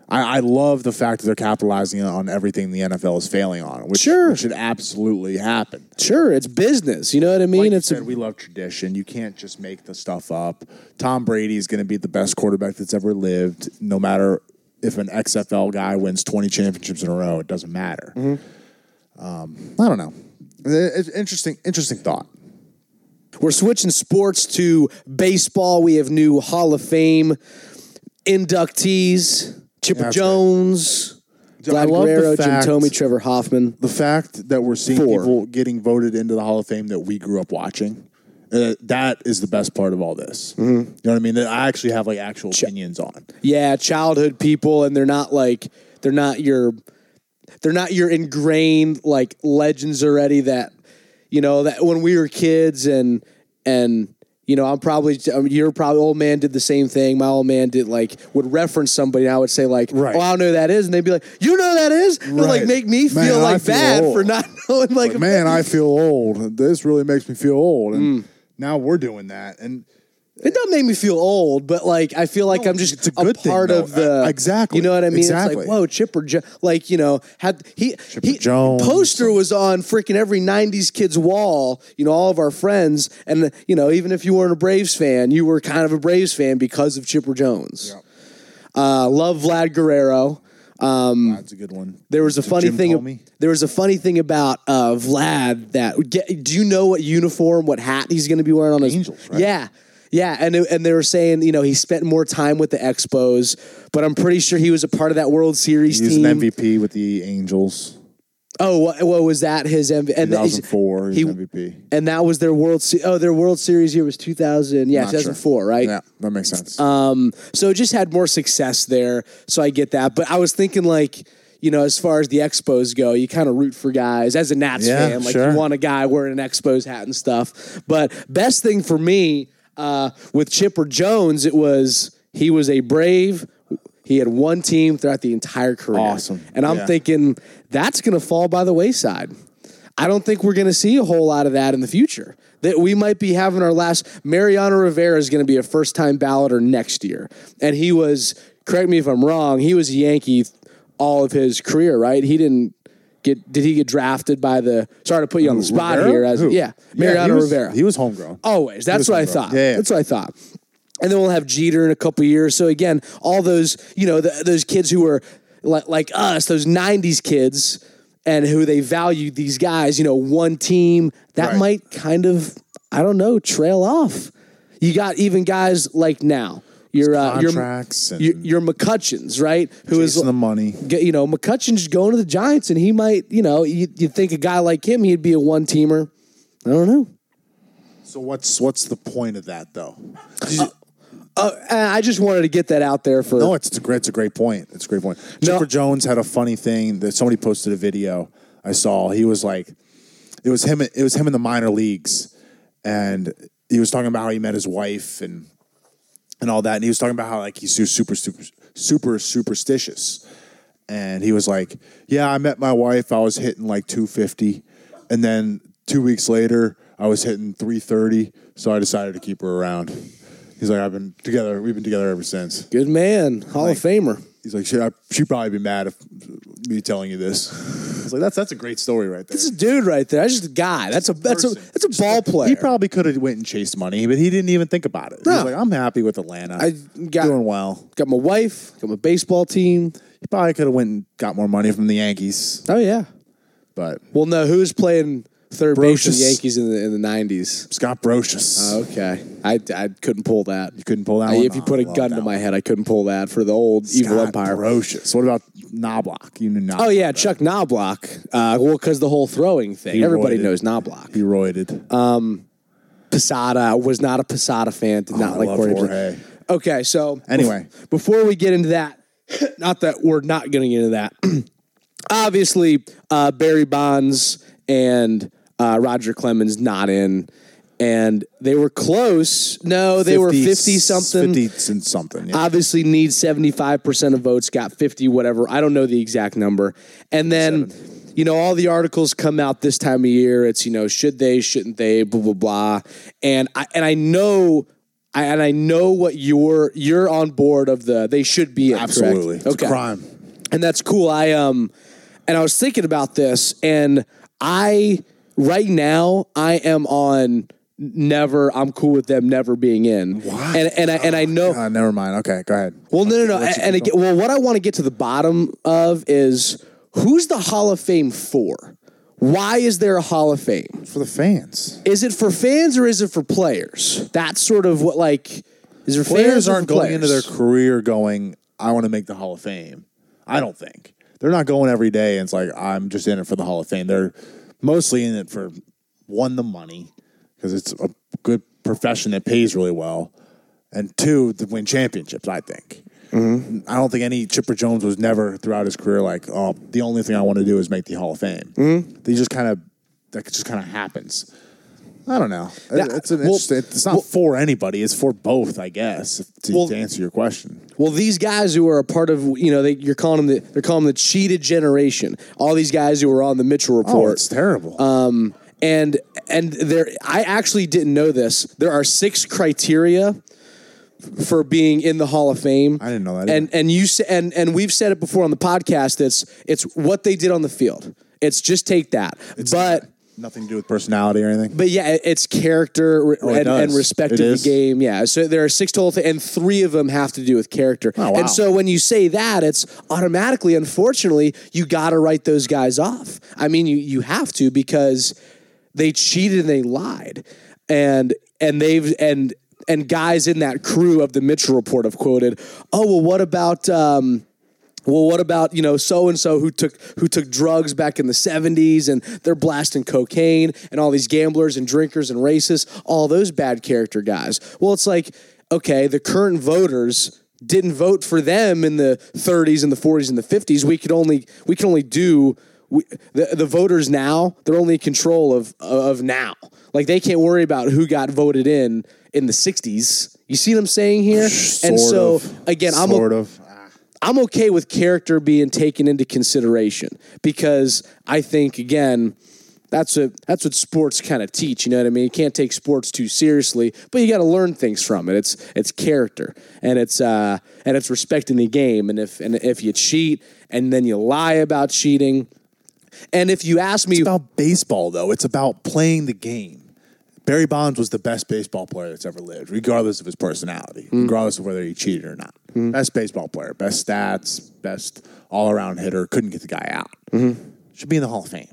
Speaker 4: I, I love the fact that they're capitalizing on everything the NFL is failing on, which,
Speaker 3: Sure.
Speaker 4: which should absolutely happen.
Speaker 3: sure, it's business. You know what I mean?
Speaker 4: Like you
Speaker 3: it's a
Speaker 4: said, we love tradition. You can't just make the stuff up. Tom Brady is going to be the best quarterback that's ever lived, no matter if an XFL guy wins 20 championships in a row. It doesn't matter. Um, I don't know. It- It's interesting, interesting thought.
Speaker 3: We're switching sports to baseball. We have new Hall of Fame inductees: Chipper
Speaker 4: That's right.
Speaker 3: Jones,
Speaker 4: I
Speaker 3: Vlad
Speaker 4: love the
Speaker 3: Guerrero, Jim
Speaker 4: fact-
Speaker 3: Tomey, Trevor Hoffman.
Speaker 4: The fact that we're seeing
Speaker 3: Four.
Speaker 4: people getting voted into the Hall of Fame that we grew up watching, uh, that is the best part of all this. You know what I mean? That I actually have Mm-hmm. like actual opinions on.
Speaker 3: Yeah, childhood people, and they're not like they're not your they're not your ingrained like legends already. That you know that when we were kids and and. You know, I'm probably um, your probably old man did the same thing. My old man did like would reference somebody. and I would say like,
Speaker 4: Right.
Speaker 3: "Oh, I don't know who that is," and they'd be like, "You know who that is?" It would, like
Speaker 4: Right.
Speaker 3: make me
Speaker 4: Man,
Speaker 3: feel like
Speaker 4: I feel
Speaker 3: bad
Speaker 4: old.
Speaker 3: for not knowing like,
Speaker 4: Like, man, I feel old. This really makes me feel old. And now we're doing that. And
Speaker 3: It doesn't make me feel old, but like I feel like I'm just
Speaker 4: it's a good thing,
Speaker 3: part
Speaker 4: though.
Speaker 3: of the
Speaker 4: Uh, exactly.
Speaker 3: You know what I mean? It's
Speaker 4: Exactly.
Speaker 3: like whoa, Chipper, jo- like you know, had he he
Speaker 4: Jones.
Speaker 3: poster was on freaking every '90s kid's wall. You know, all of our friends, and you know, even if you weren't a Braves fan, you were kind of a Braves fan because of Chipper Jones. Uh, love Vlad Guerrero.
Speaker 4: that's a good one.
Speaker 3: There was a funny
Speaker 4: Jim
Speaker 3: thing.
Speaker 4: Tomey?
Speaker 3: There was a funny thing about uh, Vlad. That get, do you know what uniform, what hat he's going to be wearing on his?
Speaker 4: Angels, right?
Speaker 3: Yeah, yeah. And it- and they were saying, you know, he spent more time with the Expos, but I'm pretty sure he was a part of that World Series
Speaker 4: He's
Speaker 3: team.
Speaker 4: an MVP with the Angels.
Speaker 3: Oh, what, what was that? His MVP. And that- he's-
Speaker 4: 2004, he's
Speaker 3: he-
Speaker 4: an MVP.
Speaker 3: And that was their World. Se- oh, their World Series year was 2000. Yeah,
Speaker 4: Not sure.
Speaker 3: 2004, right?
Speaker 4: Yeah, that makes sense.
Speaker 3: uh, So it just had more success there. So I get that. But I was thinking like, you know, as far as the Expos go, you kind of root for guys as a Nats
Speaker 4: Yeah,
Speaker 3: fan. Like
Speaker 4: sure.
Speaker 3: you want a guy wearing an Expos hat and stuff. But best thing for me uh, with Chipper Jones, it was he was a brave. He had one team throughout the entire career.
Speaker 4: Awesome.
Speaker 3: And I'm
Speaker 4: Yeah.
Speaker 3: thinking that's going to fall by the wayside. I don't think we're going to see a whole lot of that in the future. That we might be having our last. Mariano Rivera is going to be a first time balloter next year, and he was. Correct me if I'm wrong. He was a Yankee all of his career, right? He didn't get. Did he get drafted by the? Sorry to put you on the spot
Speaker 4: Rivera?
Speaker 3: here. As
Speaker 4: Who?
Speaker 3: yeah,
Speaker 4: he
Speaker 3: Mariano
Speaker 4: was-
Speaker 3: Rivera. Oh,
Speaker 4: He was homegrown.
Speaker 3: Always. That's
Speaker 4: was
Speaker 3: what I
Speaker 4: homegrown.
Speaker 3: thought.
Speaker 4: Yeah, yeah.
Speaker 3: That's what I thought. And then we'll have Jeter in a couple years. So again, all those you know the, those kids who were like like us, those '90s kids, and who they valued these guys. You know, one team that
Speaker 4: Right.
Speaker 3: might kind of I don't know trail off. You got even guys like now. Your uh, your
Speaker 4: Contracts and-
Speaker 3: your, your McCutcheons, right? Who is
Speaker 4: Chasing the money.
Speaker 3: get- you know, McCutcheon's going to the Giants, and he might, you know, you, you think a guy like him, he'd be a one teamer. I don't know.
Speaker 4: So what's what's the point of that though?
Speaker 3: Uh, I just wanted to get that out there for.
Speaker 4: No, it's, it's a great. It's a great point. It's a great point. Chipper Jones had a funny thing that somebody posted a video I saw. He was like, it was him. It was him in the minor leagues, and he was talking about how he met his wife and and all that. And he was talking about how like he's super super super superstitious, and he was like, yeah, I met my wife. I was hitting like two fifty, and then two weeks later. I was hitting 330, so I decided to keep her around. He's like, I've been together. We've been together ever since.
Speaker 3: Good man, Hall of Famer.
Speaker 4: He's like, she'd, I, she'd probably be mad if me telling you this. I was like, that's that's a great story right there.
Speaker 3: That's a dude right there. That's just a guy. That's a that's a
Speaker 4: person.
Speaker 3: that's a ball player.
Speaker 4: He probably could have went and chased money, but he didn't even think about it. He was
Speaker 3: No.
Speaker 4: like, I'm happy with Atlanta.
Speaker 3: I got-
Speaker 4: doing well.
Speaker 3: got my wife. Got my baseball team.
Speaker 4: He probably could have went and got more money from the Yankees,
Speaker 3: Oh yeah.
Speaker 4: but
Speaker 3: Well, no, who's playing third base for
Speaker 4: Brocious.
Speaker 3: the Yankees in the in the nineties?
Speaker 4: Scott Brocious.
Speaker 3: Oh, Okay, I, I couldn't pull that. You
Speaker 4: couldn't pull that
Speaker 3: I,
Speaker 4: one?
Speaker 3: If you
Speaker 4: Oh,
Speaker 3: put
Speaker 4: I
Speaker 3: a
Speaker 4: love
Speaker 3: gun
Speaker 4: that
Speaker 3: to my
Speaker 4: one.
Speaker 3: head, I couldn't pull that for the old evil
Speaker 4: Scott
Speaker 3: empire.
Speaker 4: Brocious. What about Knobloch? You knew Knobloch.
Speaker 3: Oh yeah,
Speaker 4: right?
Speaker 3: Chuck Knobloch. Uh, well, because the whole throwing thing.
Speaker 4: He
Speaker 3: Everybody
Speaker 4: roided.
Speaker 3: knows Knobloch.
Speaker 4: He roided.
Speaker 3: Uh, Posada I was not a Posada fan. Did not
Speaker 4: Oh, I
Speaker 3: like
Speaker 4: love
Speaker 3: Jorge.
Speaker 4: Jorge.
Speaker 3: Okay, so
Speaker 4: Anyway.
Speaker 3: bef- before we get into that, not that we're not getting into that. Obviously, uh, Barry Bonds and uh, Roger Clemens not in, and they were close. No, they were Ah, fifty something.
Speaker 4: 50 and something. Yeah.
Speaker 3: Obviously, need seventy five percent of votes. Got fifty, whatever. I don't know the exact number. And then. You know, all the articles come out this time of year. It's you know, should they, shouldn't they, blah blah blah. And I and I know, I, and I know what you're you're on board of the they should be in, correct?
Speaker 4: Absolutely. It's a crime.
Speaker 3: and that's cool. I um, and I was thinking about this, and I right now I am on never. I'm cool with them never being in.
Speaker 4: Why?
Speaker 3: And and I and I know.
Speaker 4: Uh, never mind. Okay, go ahead.
Speaker 3: Well, no, no, no.
Speaker 4: Let's-
Speaker 3: And again, well, what I want to get to the bottom of is who's the Hall of Fame for? Why is there a Hall of Fame?
Speaker 4: for the fans.
Speaker 3: Is it for fans or is it for players? That's sort of what like is there fans
Speaker 4: players
Speaker 3: or
Speaker 4: aren't
Speaker 3: for
Speaker 4: going into their
Speaker 3: players?
Speaker 4: career going, I want to make the Hall of Fame. I don't think. They're not going every day and it's like, I'm just in it for the Hall of Fame. They're mostly in it for one, the money, because it's a good profession that pays really well, and two, to win championships, I think.
Speaker 3: Mm-hmm.
Speaker 4: I don't think any Chipper Jones was never throughout his career like, oh, the only thing I want to do is make the Hall of Fame.
Speaker 3: Mm-hmm.
Speaker 4: They just kind of, that just kind of happens. I don't know.
Speaker 3: That-
Speaker 4: it's an
Speaker 3: well,
Speaker 4: interesting. It's not for anybody. It's for both, I guess. if- To,
Speaker 3: Well-
Speaker 4: to answer your question,
Speaker 3: Well, these guys who are a part of you know they, you're calling them the, they're calling them the cheated generation. All these guys who were on the Mitchell
Speaker 4: oh,
Speaker 3: report.
Speaker 4: it's terrible.
Speaker 3: um, and and there, I actually didn't know this. There are six criteria for being in the Hall of Fame.
Speaker 4: I didn't know that
Speaker 3: And and you sa- and and we've said it before on the podcast. It's it's what they did on the field. It's just take that, but.
Speaker 4: Nothing to do with personality or anything.
Speaker 3: But yeah, it- it's character
Speaker 4: it
Speaker 3: and, and
Speaker 4: does.
Speaker 3: respect
Speaker 4: It
Speaker 3: of the
Speaker 4: is.
Speaker 3: game. Yeah, so there are six total, thi- and three of them have to do with character.
Speaker 4: Oh, wow.
Speaker 3: And so when you say that, it's automatically, unfortunately, you got to write those guys off. I mean, you you have to because they cheated and they lied, and and they've and and guys in that crew of the Mitchell report have quoted, oh well, what about? Um, well, what about you know so and so who took who took drugs back in the seventies and they're blasting cocaine and all these gamblers and drinkers and racists, all those bad character guys. Well, it's like okay, the current voters didn't vote for them in the thirties and the forties and the fifties. We could only we can only do. We, the, the voters now they're only in control of of now like they can't worry about who got voted in in the 60s you see what i'm saying here and
Speaker 4: Sort
Speaker 3: so
Speaker 4: of.
Speaker 3: again i'm a,
Speaker 4: sort of.
Speaker 3: I'm okay with character being taken into consideration because I think again, That's a that's what sports kind of teach. You know what I mean? You can't take sports too seriously, but you got to learn things from it. It's it's character and it's uh and it's respecting the game. And if and if you cheat and then you lie about cheating, and if you ask me,
Speaker 4: It's about baseball, though. It's about playing the game. Barry Bonds was the best baseball player that's ever lived, regardless of his personality,
Speaker 3: Hmm.
Speaker 4: regardless of whether he cheated or not. Best baseball player, best stats, best all around hitter. Couldn't get the guy out.
Speaker 3: Hmm.
Speaker 4: Should be in the Hall of Fame.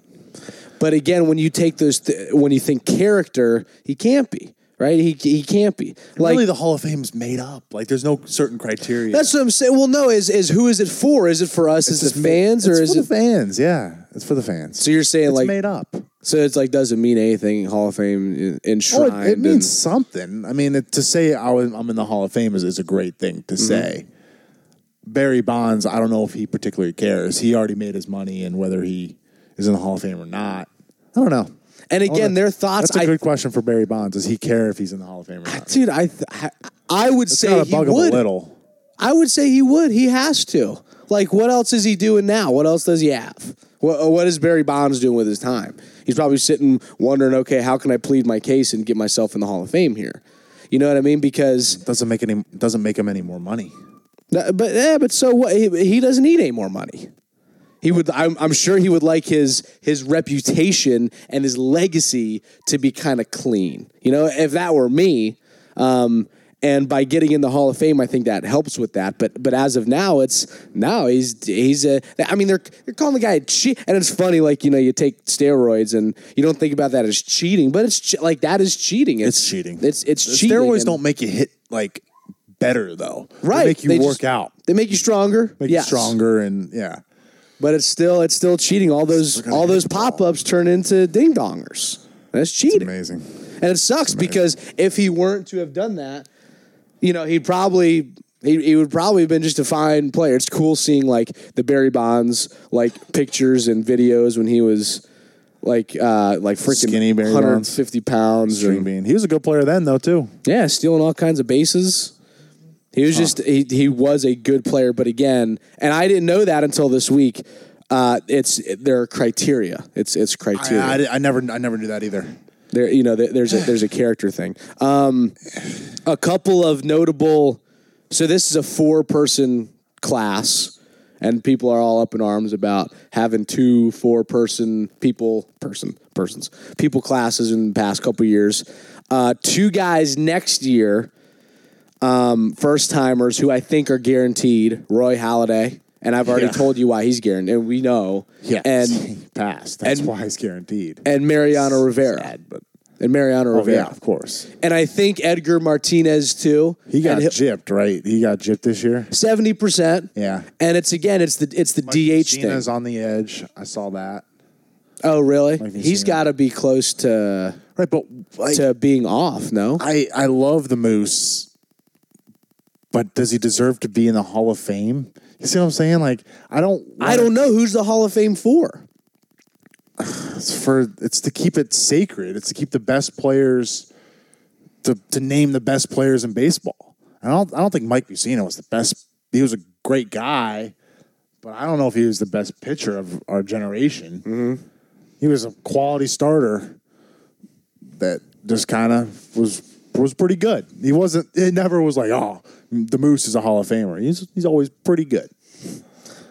Speaker 3: But again, when you take those, th- when you think character, he can't be right. He he can't be like.
Speaker 4: really, the Hall of Fame is made up. Like, there's no certain criteria.
Speaker 3: that's what I'm saying. Well, no, is is who is it for? Is it for us? Is it
Speaker 4: just ma-
Speaker 3: fans
Speaker 4: it's
Speaker 3: or
Speaker 4: for
Speaker 3: is
Speaker 4: the
Speaker 3: it?
Speaker 4: fans? Yeah, it's for the fans.
Speaker 3: So you're saying
Speaker 4: it's
Speaker 3: like
Speaker 4: made up.
Speaker 3: so it's like doesn't mean anything. Hall of Fame i-
Speaker 4: Oh,
Speaker 3: enshrined.
Speaker 4: it, it means something. I mean, it, to say I was, I'm in the Hall of Fame is, is a great thing
Speaker 3: Mm-hmm.
Speaker 4: to say. Barry Bonds, I don't know if he particularly cares. He already made his money, and whether he is in the Hall of Fame or not, I don't know.
Speaker 3: and, and
Speaker 4: I don't
Speaker 3: again,
Speaker 4: know.
Speaker 3: their thoughts.
Speaker 4: That's a
Speaker 3: I
Speaker 4: good question for Barry Bonds. Does he care if he's in the Hall of Fame or not?
Speaker 3: dude, I th- I- I would
Speaker 4: It's
Speaker 3: say
Speaker 4: gotta
Speaker 3: he
Speaker 4: bug him
Speaker 3: would.
Speaker 4: a little.
Speaker 3: I would say he would. He has to. Like, what else is he doing now? What else does he have? What, uh, what is Barry Bonds doing with his time? He's probably sitting wondering, okay, how can I plead my case and get myself in the Hall of Fame here? You know what I mean? Because,
Speaker 4: Doesn't make any. Doesn't make him any more money.
Speaker 3: but yeah, but so what? He, he doesn't need any more money. He would. I'm, I'm sure he would like his his reputation and his legacy to be kind of clean. You know, if that were me, um, and by getting in the Hall of Fame, I think that helps with that. But but as of now, it's now he's he's a. I mean, they're they're calling the guy a cheat, and it's funny. Like you know, you take steroids and you don't think about that as cheating, but it's che- like that is cheating. It's,
Speaker 4: It's cheating.
Speaker 3: It's it's
Speaker 4: The
Speaker 3: cheating.
Speaker 4: Steroids
Speaker 3: and-
Speaker 4: don't make you hit like better though. They
Speaker 3: right.
Speaker 4: make you
Speaker 3: They
Speaker 4: work
Speaker 3: just-
Speaker 4: out.
Speaker 3: They make you stronger.
Speaker 4: Make
Speaker 3: Yes.
Speaker 4: you stronger and yeah.
Speaker 3: But it's still it's still cheating. All those all those pop ups turn into ding dongers. That's cheating,
Speaker 4: Amazing.
Speaker 3: and it sucks because if he weren't to have done that, you know, he'd probably he, he would probably have been just a fine player. It's cool seeing like the Barry Bonds like pictures and videos when he was like uh like
Speaker 4: Skinny
Speaker 3: freaking
Speaker 4: Barry
Speaker 3: 150 pounds
Speaker 4: String
Speaker 3: and,
Speaker 4: bean. He was a good player then though too.
Speaker 3: yeah, stealing all kinds of bases. He was just he, he was a good player, but again, and I didn't know that until this week. Uh, it's there are criteria. It's it's
Speaker 4: I,
Speaker 3: criteria.
Speaker 4: I, I never I never knew that either.
Speaker 3: there, you know, there, there's a there's a character thing. Um, a couple of notable. So this is a four person class, and people are all up in arms about having two four person people person persons people classes in the past couple years. Uh, two guys next year um, first timers who I think are guaranteed Roy Halladay, and I've already
Speaker 4: Yeah.
Speaker 3: told you why he's guaranteed, and we know. And
Speaker 4: he passed. That's
Speaker 3: and-
Speaker 4: why he's guaranteed.
Speaker 3: and Mariano Rivera.
Speaker 4: but
Speaker 3: And Mariano
Speaker 4: oh,
Speaker 3: Rivera.
Speaker 4: yeah, of course.
Speaker 3: And I think Edgar Martinez too.
Speaker 4: He got
Speaker 3: And he'll-
Speaker 4: gypped, right? He got gypped this year.
Speaker 3: 70%.
Speaker 4: Yeah.
Speaker 3: And it's again, it's the it's the DH
Speaker 4: Cena's
Speaker 3: thing.
Speaker 4: on the edge. I saw that.
Speaker 3: Oh, really? He's
Speaker 4: Messina.
Speaker 3: got to be close to
Speaker 4: Right, but like,
Speaker 3: to being off, no?
Speaker 4: I I love the Moose, but does he deserve to be in the Hall of Fame? You see what I'm saying? Like I don't.
Speaker 3: I don't know who's the Hall of Fame for.
Speaker 4: It's for it's to keep it sacred. It's to keep the best players to to name the best players in baseball. I don't I don't think Mike Mussina was the best. He was a great guy, but I don't know if he was the best pitcher of our generation. He was a quality starter that just kind of was was pretty good. He wasn't. It never was like oh the Moose is a Hall of Famer. He's he's always pretty good.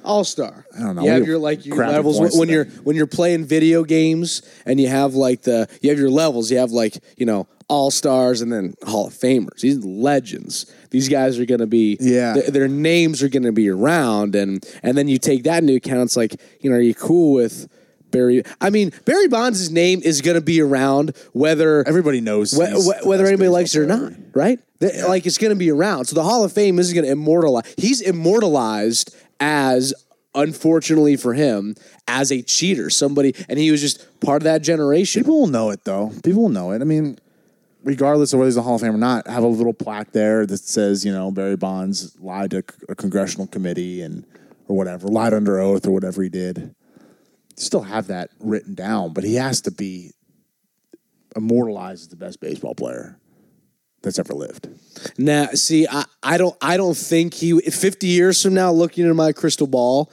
Speaker 3: All star. I
Speaker 4: don't know.
Speaker 3: You
Speaker 4: We
Speaker 3: have
Speaker 4: have
Speaker 3: your like your
Speaker 4: crappy
Speaker 3: levels
Speaker 4: voice
Speaker 3: when
Speaker 4: today.
Speaker 3: you're when you're playing video games and you have like the you have your levels. You have like you know all stars and then Hall of Famers. These legends. These guys are going to be
Speaker 4: Yeah.
Speaker 3: th- their names are going to be around and and then you take that into account. It's like you know are you cool with Barry? I mean Barry Bonds' name is going to be around whether
Speaker 4: Everybody knows
Speaker 3: wh-
Speaker 4: he's
Speaker 3: wh-
Speaker 4: the
Speaker 3: whether
Speaker 4: best
Speaker 3: anybody
Speaker 4: baseball
Speaker 3: likes it or
Speaker 4: player.
Speaker 3: not, right? Th- Like it's going to be around. So the Hall of Fame is going to immortalize. He's immortalized as, unfortunately for him, as a cheater, somebody, and he was just part of that generation.
Speaker 4: People will know it though. People will know it. I mean, regardless of whether he's a Hall of Fame or not, have a little plaque there that says, you know, Barry Bonds lied to a congressional committee and or whatever, lied under oath or whatever he did. Still have that written down, but he has to be immortalized as the best baseball player that's ever lived.
Speaker 3: Now, see, I, I don't, I don't think he. Fifty years from now, looking into my crystal ball,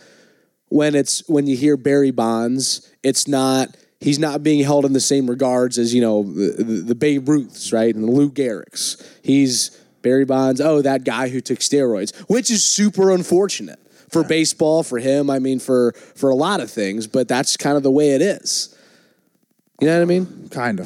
Speaker 3: when it's when you hear Barry Bonds, it's not He's not being held in the same regards as you know the, the, the Babe Ruths, right, and the Lou Gehrig's. He's Barry Bonds. Oh, that guy who took steroids, which is super unfortunate for baseball, for him. I mean, for for a lot of things, but that's kind of the way it is. You know what I mean?
Speaker 4: Kind of.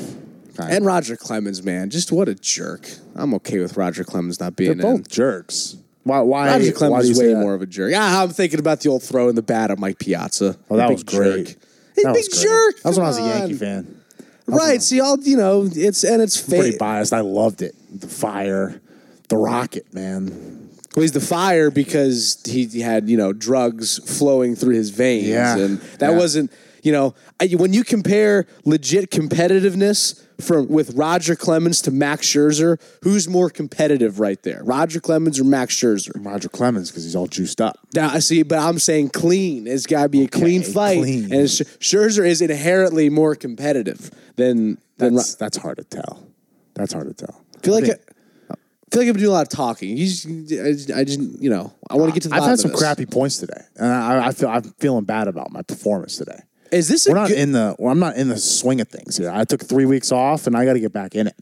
Speaker 4: Kind
Speaker 3: And Roger Clemens, man, just what a jerk. I'm okay with Roger Clemens not being
Speaker 4: of. They're
Speaker 3: in.
Speaker 4: both jerks. Why? Why?
Speaker 3: Roger
Speaker 4: why
Speaker 3: Clemens
Speaker 4: do you
Speaker 3: is
Speaker 4: say
Speaker 3: way
Speaker 4: that?
Speaker 3: more of a jerk. Ah, I'm thinking about the old throw in the bat of Mike Piazza.
Speaker 4: Oh, that
Speaker 3: Big
Speaker 4: was great.
Speaker 3: Jerk. He's a
Speaker 4: That
Speaker 3: big
Speaker 4: was great.
Speaker 3: jerk.
Speaker 4: That was when I was a
Speaker 3: come
Speaker 4: Yankee
Speaker 3: on.
Speaker 4: fan.
Speaker 3: Right. See, all you know, it's and it's
Speaker 4: Pretty
Speaker 3: fake. Well,
Speaker 4: biased. I loved it. The fire, the rocket, man.
Speaker 3: he's the fire because he had you know drugs flowing through his veins,
Speaker 4: Yeah.
Speaker 3: and that
Speaker 4: Yeah.
Speaker 3: wasn't you know I, when you compare legit competitiveness from with Roger Clemens to Max Scherzer, who's more competitive right there, Roger Clemens or Max Scherzer?
Speaker 4: Roger Clemens because he's all juiced up.
Speaker 3: Now, I see, but I'm saying clean. It's got to be a clean fight,
Speaker 4: clean.
Speaker 3: and Sch- Scherzer is inherently more competitive than than. Ro-
Speaker 4: That's that's hard to tell. That's hard to tell.
Speaker 3: I feel like I,
Speaker 4: think-
Speaker 3: I feel like I've been doing a lot of talking. You just, I, just, I just, you know, I want to get to the
Speaker 4: I've
Speaker 3: bottom
Speaker 4: had
Speaker 3: of
Speaker 4: some
Speaker 3: this.
Speaker 4: crappy points today, and I, I feel I'm feeling bad about my performance today.
Speaker 3: Is this a
Speaker 4: We're not
Speaker 3: good,
Speaker 4: in the. Well, I'm not in the swing of things here. I took three weeks off, and I got to get back in it.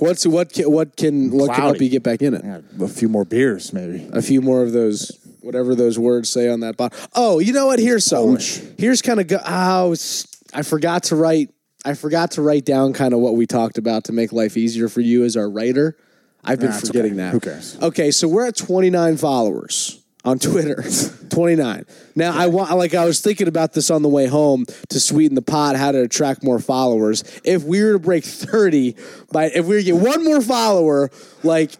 Speaker 3: what's what can what can what can help
Speaker 4: Cloudy.
Speaker 3: you get back in it?
Speaker 4: Yeah, a few more beers, maybe.
Speaker 3: A few more of those whatever those words say on that box. Oh, you know what? Here's something.
Speaker 4: Polish.
Speaker 3: Here's kind of go- oh, s- I forgot to write. I forgot to write down kind of what we talked about to make life easier for you as our writer. I've been
Speaker 4: Nah, it's
Speaker 3: forgetting
Speaker 4: okay.
Speaker 3: that.
Speaker 4: Who cares?
Speaker 3: Okay, so we're at 29 followers on Twitter. 29. Now I want like I was thinking about this on the way home to sweeten the pot, how to attract more followers. If we were to break 30 by if we were to get one more follower, like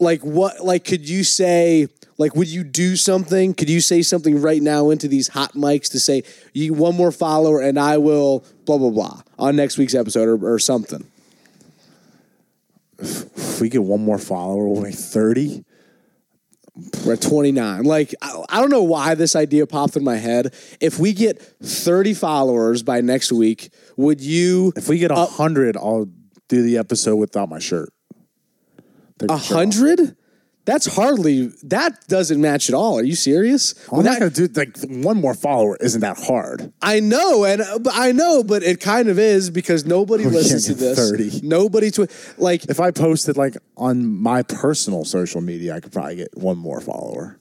Speaker 3: like what like could you say like would you do something? Could you say something right now into these hot mics to say you one more follower and I will blah blah blah on next week's episode or, or something?
Speaker 4: If we get one more follower, we'll make thirty.
Speaker 3: We're at 29. Like, I, I don't know why this idea popped in my head. If we get 30 followers by next week, would you
Speaker 4: If we get
Speaker 3: Uh,
Speaker 4: a hundred, I'll do the episode without my shirt. Take
Speaker 3: a
Speaker 4: my shirt off.
Speaker 3: 100? That's hardly, that doesn't match at all. Are you serious?
Speaker 4: I'm
Speaker 3: Well,
Speaker 4: not
Speaker 3: that-
Speaker 4: gonna do like one more follower isn't that hard.
Speaker 3: I know, and but I know, but it kind of is because nobody
Speaker 4: can't
Speaker 3: listens to
Speaker 4: get
Speaker 3: this.
Speaker 4: 30.
Speaker 3: Nobody, twi- like,
Speaker 4: If I posted like on my personal social media, I could probably get one more follower.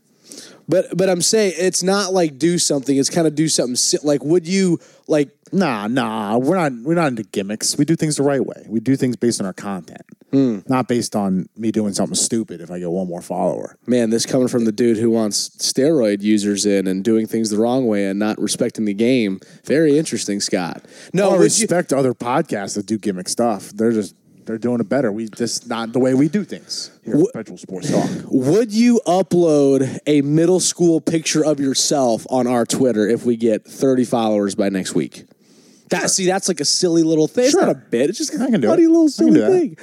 Speaker 3: but but I'm saying it's not like do something. It's kind of do something. si- Like, would you like?
Speaker 4: Nah, nah, we're not we're not into gimmicks. We do things the right way. We do things based on our content,
Speaker 3: Hmm.
Speaker 4: not based on me doing something stupid. If I get one more follower,
Speaker 3: Man, this coming from the dude who wants steroid users in and doing things the wrong way and not respecting the game. Very interesting, Scott. No,
Speaker 4: I
Speaker 3: would you,
Speaker 4: respect other podcasts that do gimmick stuff. They're just they're doing it better. We just not the way we do things. Here, at Perpetual Sports Talk.
Speaker 3: would you upload a middle school picture of yourself on our Twitter if we get 30 followers by next week? That see, that's like a silly little thing. It's
Speaker 4: Sure.
Speaker 3: not a bit. It's just a
Speaker 4: I can do
Speaker 3: funny
Speaker 4: it.
Speaker 3: little
Speaker 4: I can
Speaker 3: silly
Speaker 4: do that.
Speaker 3: thing.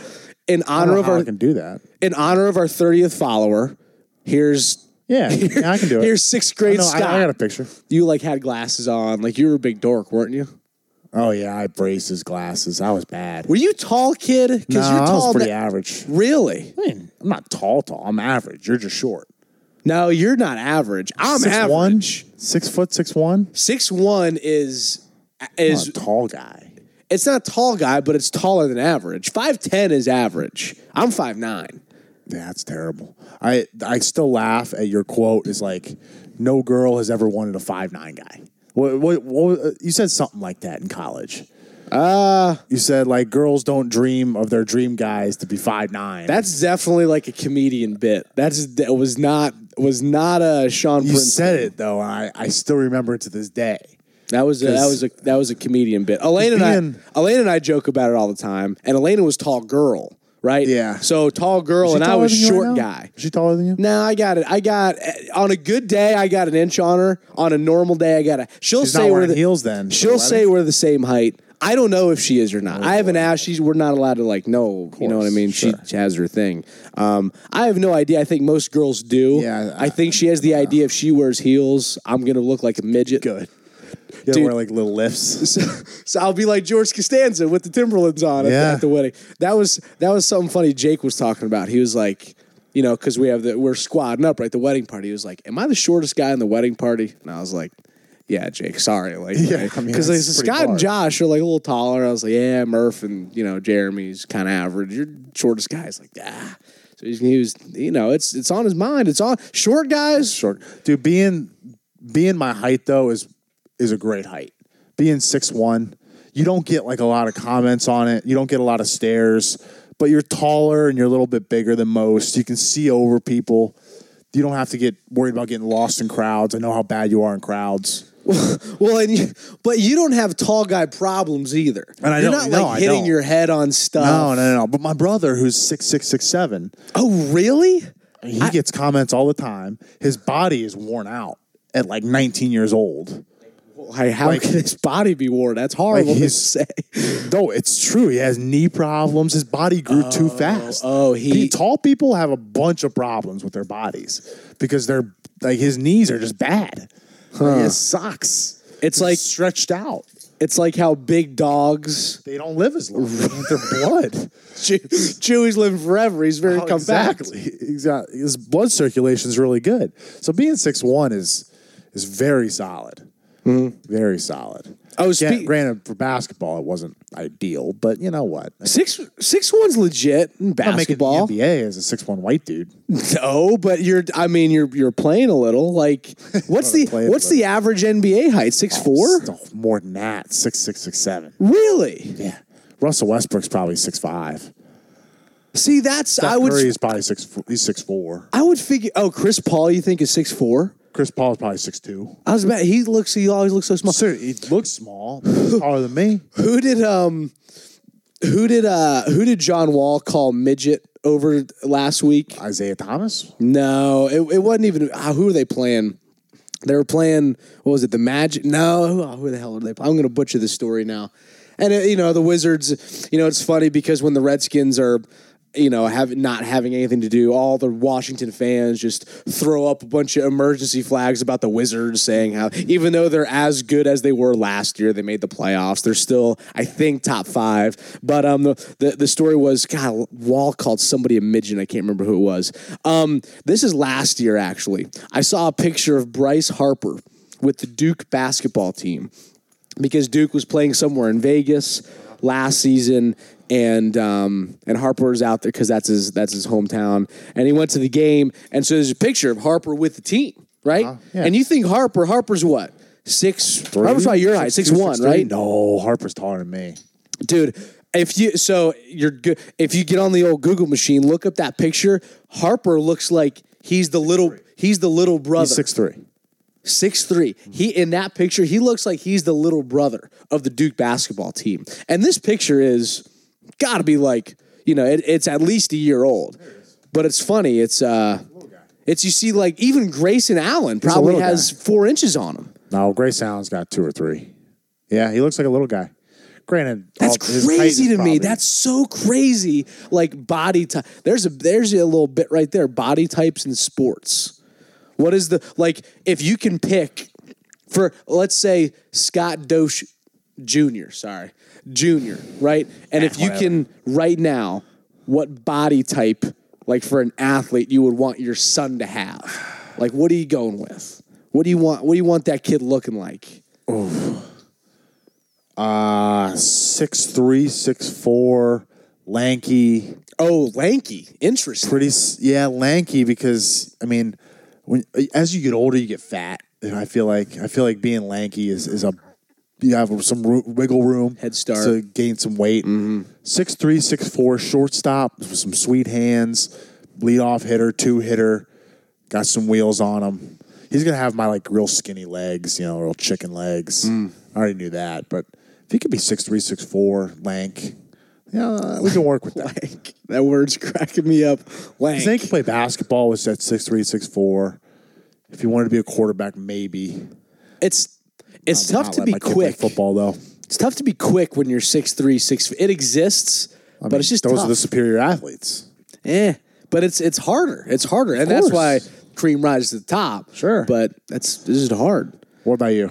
Speaker 3: In
Speaker 4: I
Speaker 3: honor
Speaker 4: don't know
Speaker 3: of
Speaker 4: how I
Speaker 3: our
Speaker 4: can do that.
Speaker 3: in honor of our 30th follower, here's
Speaker 4: Yeah, yeah, I can do it.
Speaker 3: here's sixth grade
Speaker 4: no, I,
Speaker 3: Scott.
Speaker 4: I got a picture.
Speaker 3: you like had glasses on, like you were a big dork, weren't you?
Speaker 4: Oh yeah, I braces, glasses. I was bad.
Speaker 3: Were you tall, kid? Because
Speaker 4: No,
Speaker 3: you're
Speaker 4: I
Speaker 3: tall.
Speaker 4: was pretty
Speaker 3: now-
Speaker 4: average.
Speaker 3: Really?
Speaker 4: I mean, I'm not tall, tall. I'm average. You're just short.
Speaker 3: No, you're not average. I'm
Speaker 4: Six
Speaker 3: average.
Speaker 4: one, six foot, six one.
Speaker 3: Six one is
Speaker 4: I'm
Speaker 3: is
Speaker 4: a tall guy.
Speaker 3: it's not a tall guy, but it's taller than average. Five ten is average. I'm five nine.
Speaker 4: Yeah, That's terrible. I I still laugh at your quote. Is like, no girl has ever wanted a five nine guy. What, what, what, you said something like that in college. Uh you said like girls don't dream of their dream guys to be five nine.
Speaker 3: That's definitely like a comedian bit. That's that was not was not a Sean
Speaker 4: you
Speaker 3: Prince.
Speaker 4: said it though. I I still remember it to this day.
Speaker 3: That was a, that
Speaker 4: 'Cause-
Speaker 3: was a that was a comedian bit. Elaine
Speaker 4: Being-
Speaker 3: and I Elaine and I joke about it all the time. And Elaine was tall girl, right?
Speaker 4: Yeah.
Speaker 3: So tall girl,
Speaker 4: She
Speaker 3: and I
Speaker 4: taller
Speaker 3: was
Speaker 4: than you right
Speaker 3: short
Speaker 4: now?
Speaker 3: guy.
Speaker 4: Is she taller than you?
Speaker 3: No, I got it. I got eh, on a good day, I got an inch on her. On a normal day, I got a. She'll
Speaker 4: She's
Speaker 3: say
Speaker 4: not
Speaker 3: we're
Speaker 4: wearing
Speaker 3: the,
Speaker 4: heels then.
Speaker 3: She'll say we're the same height. I don't know if she is or
Speaker 4: Oh,
Speaker 3: not. I haven't asked. She's we're not allowed to like know. You know what I mean? She, she has her thing. Um, I have no idea. I think most girls do.
Speaker 4: Yeah,
Speaker 3: I,
Speaker 4: I- uh,
Speaker 3: think she has the idea if she wears heels, I'm gonna look like a midget.
Speaker 4: good. You
Speaker 3: Dude.
Speaker 4: wear like little lifts.
Speaker 3: So, so I'll be like George Costanza with the Timberlands on at, the-
Speaker 4: Yeah.
Speaker 3: at the wedding. That was that was something funny. Jake was talking about. He was like, you know, because we have the we're squadding up right the wedding party. He was like, "Am I the shortest guy in the wedding party?" And I was like, yeah, Jake, sorry. Like,
Speaker 4: Yeah, I mean,
Speaker 3: because
Speaker 4: that's pretty
Speaker 3: Scott
Speaker 4: far.
Speaker 3: and Josh are like a little taller. I was like, yeah, Murph and, you know, Jeremy's kind of average. Your shortest guy's like, ah. So he's, he was, you know, it's it's on his mind. It's on short guys.
Speaker 4: short. Dude, being being my height though is is a great height. Being six one, you don't get like a lot of comments on it. You don't get a lot of stares, but you're taller and you're a little bit bigger than most. You can see over people. You don't have to get worried about getting lost in crowds. I know how bad you are in crowds.
Speaker 3: Well, and you, but you don't have tall guy problems either.
Speaker 4: And I
Speaker 3: You're not
Speaker 4: don't- no,
Speaker 3: like
Speaker 4: I
Speaker 3: hitting
Speaker 4: don't.
Speaker 3: your head on
Speaker 4: No, no,
Speaker 3: stuff.
Speaker 4: no, no. But my brother, who's six six six seven,
Speaker 3: Oh, really?
Speaker 4: he gets comments all the time. His body is worn out at like 19 years old.
Speaker 3: Like, how
Speaker 4: Like-
Speaker 3: can his body be worn? That's horrible to
Speaker 4: he's-
Speaker 3: say.
Speaker 4: No, it's true. He has knee problems. His body grew too fast.
Speaker 3: oh, he-
Speaker 4: Pe- tall people have a bunch of problems with their bodies because they're like his knees are just bad. Like, it sucks.
Speaker 3: It's
Speaker 4: He's
Speaker 3: like-
Speaker 4: stretched out.
Speaker 3: It's like how big dogs.
Speaker 4: They don't live as long. Their blood.
Speaker 3: Chew, Chewy's living forever. He's very
Speaker 4: Oh,
Speaker 3: compact.
Speaker 4: exactly. Exactly. His blood circulation is really good. So being six one is is very solid. Very solid.
Speaker 3: Oh,
Speaker 4: Gan-
Speaker 3: speak-
Speaker 4: granted, for basketball, it wasn't ideal, but you know what?
Speaker 3: Six six one's legit in
Speaker 4: I'm not making the
Speaker 3: basketball.
Speaker 4: NBA as a six one white dude.
Speaker 3: No, but you're. I mean, you're you're playing a little. Like, what's the
Speaker 4: play a
Speaker 3: what's the average NBA height? Six four?
Speaker 4: No, more than that. Six six six seven.
Speaker 3: Really?
Speaker 4: Yeah. Russell Westbrook's probably six five.
Speaker 3: See, that's I
Speaker 4: Steph
Speaker 3: would
Speaker 4: Curry's probably six. f- He's six four.
Speaker 3: I would figure. Oh, Chris Paul, you think is six four?
Speaker 4: Chris Paul's probably six two.
Speaker 3: I was about. He looks. He always looks so small.
Speaker 4: So he looks small, but he's taller than me.
Speaker 3: Who did um, who did uh, who did John Wall call midget over last week?
Speaker 4: Isaiah Thomas.
Speaker 3: No, it, it wasn't even. ah, who were they playing? They were playing. What was it? The Magic? No, who, ah, who the hell are they? playing? I'm going to butcher the story now. And uh, you know the Wizards. You know it's funny because when the Redskins are, you know, have not having anything to do, all the Washington fans just throw up a bunch of emergency flags about the Wizards, saying how even though they're as good as they were last year, they made the playoffs. They're still, I think, top five. But um, the the, the story was God Wall called somebody a midget. I can't remember who it was. Um, this is last year actually. I saw a picture of Bryce Harper with the Duke basketball team because Duke was playing somewhere in Vegas last season, and um, and Harper's out there because that's his that's his hometown, and he went to the game, and so there's a picture of Harper with the team, right?
Speaker 4: Uh-huh, yeah.
Speaker 3: And you think Harper, Harper's what? Six, Harper's probably your height, six,
Speaker 4: two,
Speaker 3: one,
Speaker 4: six, three?
Speaker 3: right?
Speaker 4: No, Harper's taller than me.
Speaker 3: dude. If you so you're good. If you get on the old Google machine, look up that picture. Harper looks like he's the little he's the little brother
Speaker 4: He's six three.
Speaker 3: six three. He in that picture, he looks like he's the little brother of the Duke basketball team. And this picture is got to be like you know it, it's at least a year old. But it's funny. It's uh, it's you see like even Grayson Allen probably
Speaker 4: little guy.
Speaker 3: has four inches on him.
Speaker 4: No, Gray Allen's got two or three. Yeah, he looks like a little guy. Granted,
Speaker 3: That's
Speaker 4: all- his height
Speaker 3: crazy
Speaker 4: is
Speaker 3: to me.
Speaker 4: probably-
Speaker 3: That's so crazy. Like body type. There's a there's a little bit right there. Body types in sports. What is the like? If you can pick for let's say Scott Dosh Jr. Sorry, Jr. Right, and
Speaker 4: Ah,
Speaker 3: if you can right now, what body type like for an athlete you would want your son to have? Like, what are you going with? What do you want? What do you want that kid looking like?
Speaker 4: uh six three, six four, lanky.
Speaker 3: Oh, lanky. Interesting.
Speaker 4: pretty s- yeah lanky because I mean when as you get older you get fat and I feel like I feel like being lanky is is a you have some ro- wiggle room
Speaker 3: Head start. Mm-hmm.
Speaker 4: to gain some weight six three six four shortstop with some sweet hands lead off hitter two hitter got some wheels on him he's gonna have my like real skinny legs you know real chicken legs
Speaker 3: Mm.
Speaker 4: I already knew that but if he could be six three six four lank yeah we can work with that.
Speaker 3: Lank. That word's cracking me up. Lank.
Speaker 4: Snake play basketball was at six three, six four. If you wanted to be a quarterback, maybe.
Speaker 3: It's it's tough
Speaker 4: Not
Speaker 3: to
Speaker 4: Oh, let
Speaker 3: be
Speaker 4: my kid play
Speaker 3: quick.
Speaker 4: Football though,
Speaker 3: It's tough to be quick when you're six three, six. It exists, but it's just
Speaker 4: those
Speaker 3: tough.
Speaker 4: are the superior athletes.
Speaker 3: eh. But it's it's harder. It's harder, and that's why
Speaker 4: course.
Speaker 3: cream rises to the top.
Speaker 4: Sure.
Speaker 3: but that's this is hard.
Speaker 4: What about you?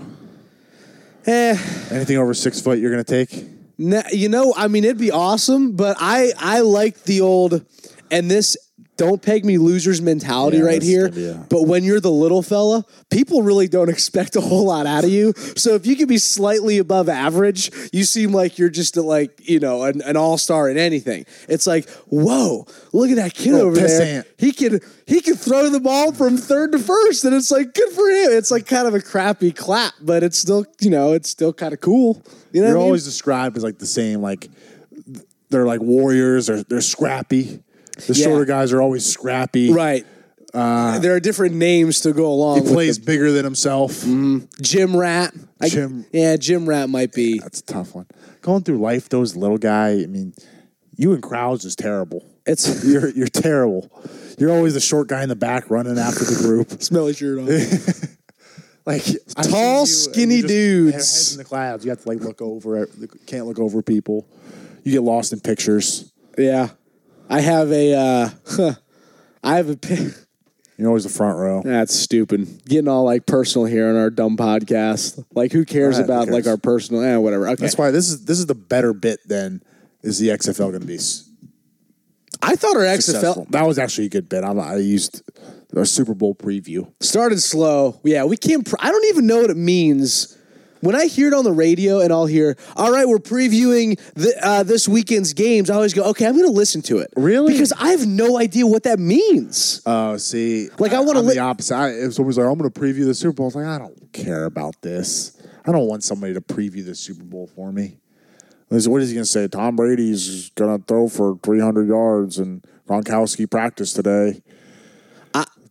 Speaker 3: Eh,
Speaker 4: Anything over six foot, you're gonna take?
Speaker 3: Nah, you know, I mean, it'd be awesome, but I I like the old, and this don't peg me losers mentality
Speaker 4: Yeah,
Speaker 3: right
Speaker 4: that's
Speaker 3: here.
Speaker 4: gonna be a-
Speaker 3: But when you're the little fella, people really don't expect a whole lot out of you. So if you can be slightly above average, you seem like you're just a, like, you know, an, an all star in anything. It's like, whoa, look at that kid
Speaker 4: Little
Speaker 3: over there.
Speaker 4: pissant.
Speaker 3: He can he can throw the ball from third to first, and it's like good for him. It's like kind of a crappy clap, but it's still, you know, it's still kind of cool. You know,
Speaker 4: You're
Speaker 3: what I mean?
Speaker 4: always described as like the same, like th- they're like warriors, they're they're scrappy. The
Speaker 3: Yeah.
Speaker 4: shorter guys are always scrappy.
Speaker 3: right. there are different names to go along.
Speaker 4: Uh, He
Speaker 3: with
Speaker 4: plays bigger than himself.
Speaker 3: Mm-hmm. Jim Rat. I-
Speaker 4: Jim-
Speaker 3: yeah, Jim Rat might be.
Speaker 4: That's a tough one. Going through life, though, as a little guy, I mean, you and crowds is terrible.
Speaker 3: It's
Speaker 4: You're you're terrible. You're always the short guy in the back running after the group.
Speaker 3: smelly shirt on.
Speaker 4: Like I've seen
Speaker 3: Tall,
Speaker 4: and
Speaker 3: skinny
Speaker 4: you're just-
Speaker 3: dudes.
Speaker 4: heads in the clouds. You have to like look over. at- Can't look over people. You get lost in pictures.
Speaker 3: yeah, I have a. Uh, huh, I have a. pi-
Speaker 4: You're always the front row.
Speaker 3: That's stupid. Getting all like personal here on our dumb podcast. Like, who cares
Speaker 4: Alright, who
Speaker 3: about like
Speaker 4: cares?
Speaker 3: our personal? Eh, whatever. Okay.
Speaker 4: That's why this is this is the better bit than is the XFL going to be s-
Speaker 3: I thought our
Speaker 4: successful.
Speaker 3: XFL
Speaker 4: That was actually a good bit. I'm, I used our Super Bowl preview.
Speaker 3: started slow. Yeah, we can't. Pr- I don't even know what it means. When I hear it on the radio and I'll hear, all right, we're previewing the, uh, this weekend's games, I always go, okay, I'm going to listen to it.
Speaker 4: Really?
Speaker 3: Because I have no idea what that means.
Speaker 4: Oh, see,
Speaker 3: Like, I wanna
Speaker 4: I'm
Speaker 3: li-
Speaker 4: the opposite. I, if somebody's like, "I'm going to preview the Super Bowl," I was like, "I don't care about this. I don't want somebody to preview the Super Bowl for me." I said, What is he going to say? Tom Brady's going to throw for 300 yards, and Gronkowski practiced today.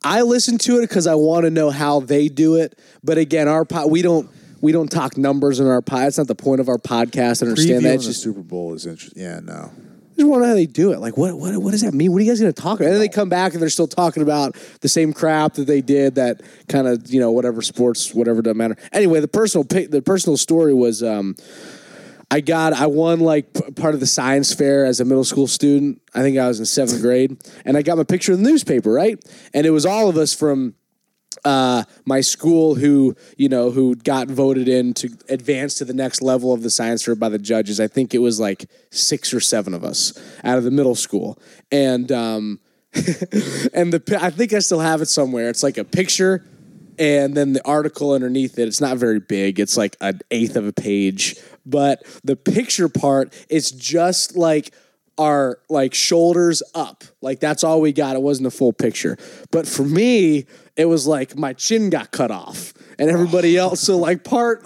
Speaker 3: I listen to it because I want to know how they do it. But again, our po- we don't we don't talk numbers in our pod. It's not the point of our podcast. I understand that.
Speaker 4: Previewing
Speaker 3: It's
Speaker 4: the
Speaker 3: just
Speaker 4: Super Bowl is interesting. Yeah, no.
Speaker 3: just want to know how they do it. Like what what what does that mean? What are you guys going to talk about? And then they come back and they're still talking about the same crap that they did. That kind of you know whatever sports whatever doesn't matter. Anyway, the personal pi- the personal story was. um I got I won like p- part of the science fair as a middle school student. I think I was in seventh grade, and I got my picture in the newspaper, right? And it was all of us from uh, my school who you know who got voted in to advance to the next level of the science fair by the judges. I think it was like six or seven of us out of the middle school, and um, and the pi- I think I still have it somewhere. It's like a picture. And then the article underneath it, it's not very big. It's like an eighth of a page. But the picture part, it's just like our like shoulders up. Like that's all we got. It wasn't a full picture. But for me, it was like my chin got cut off and everybody else. So like part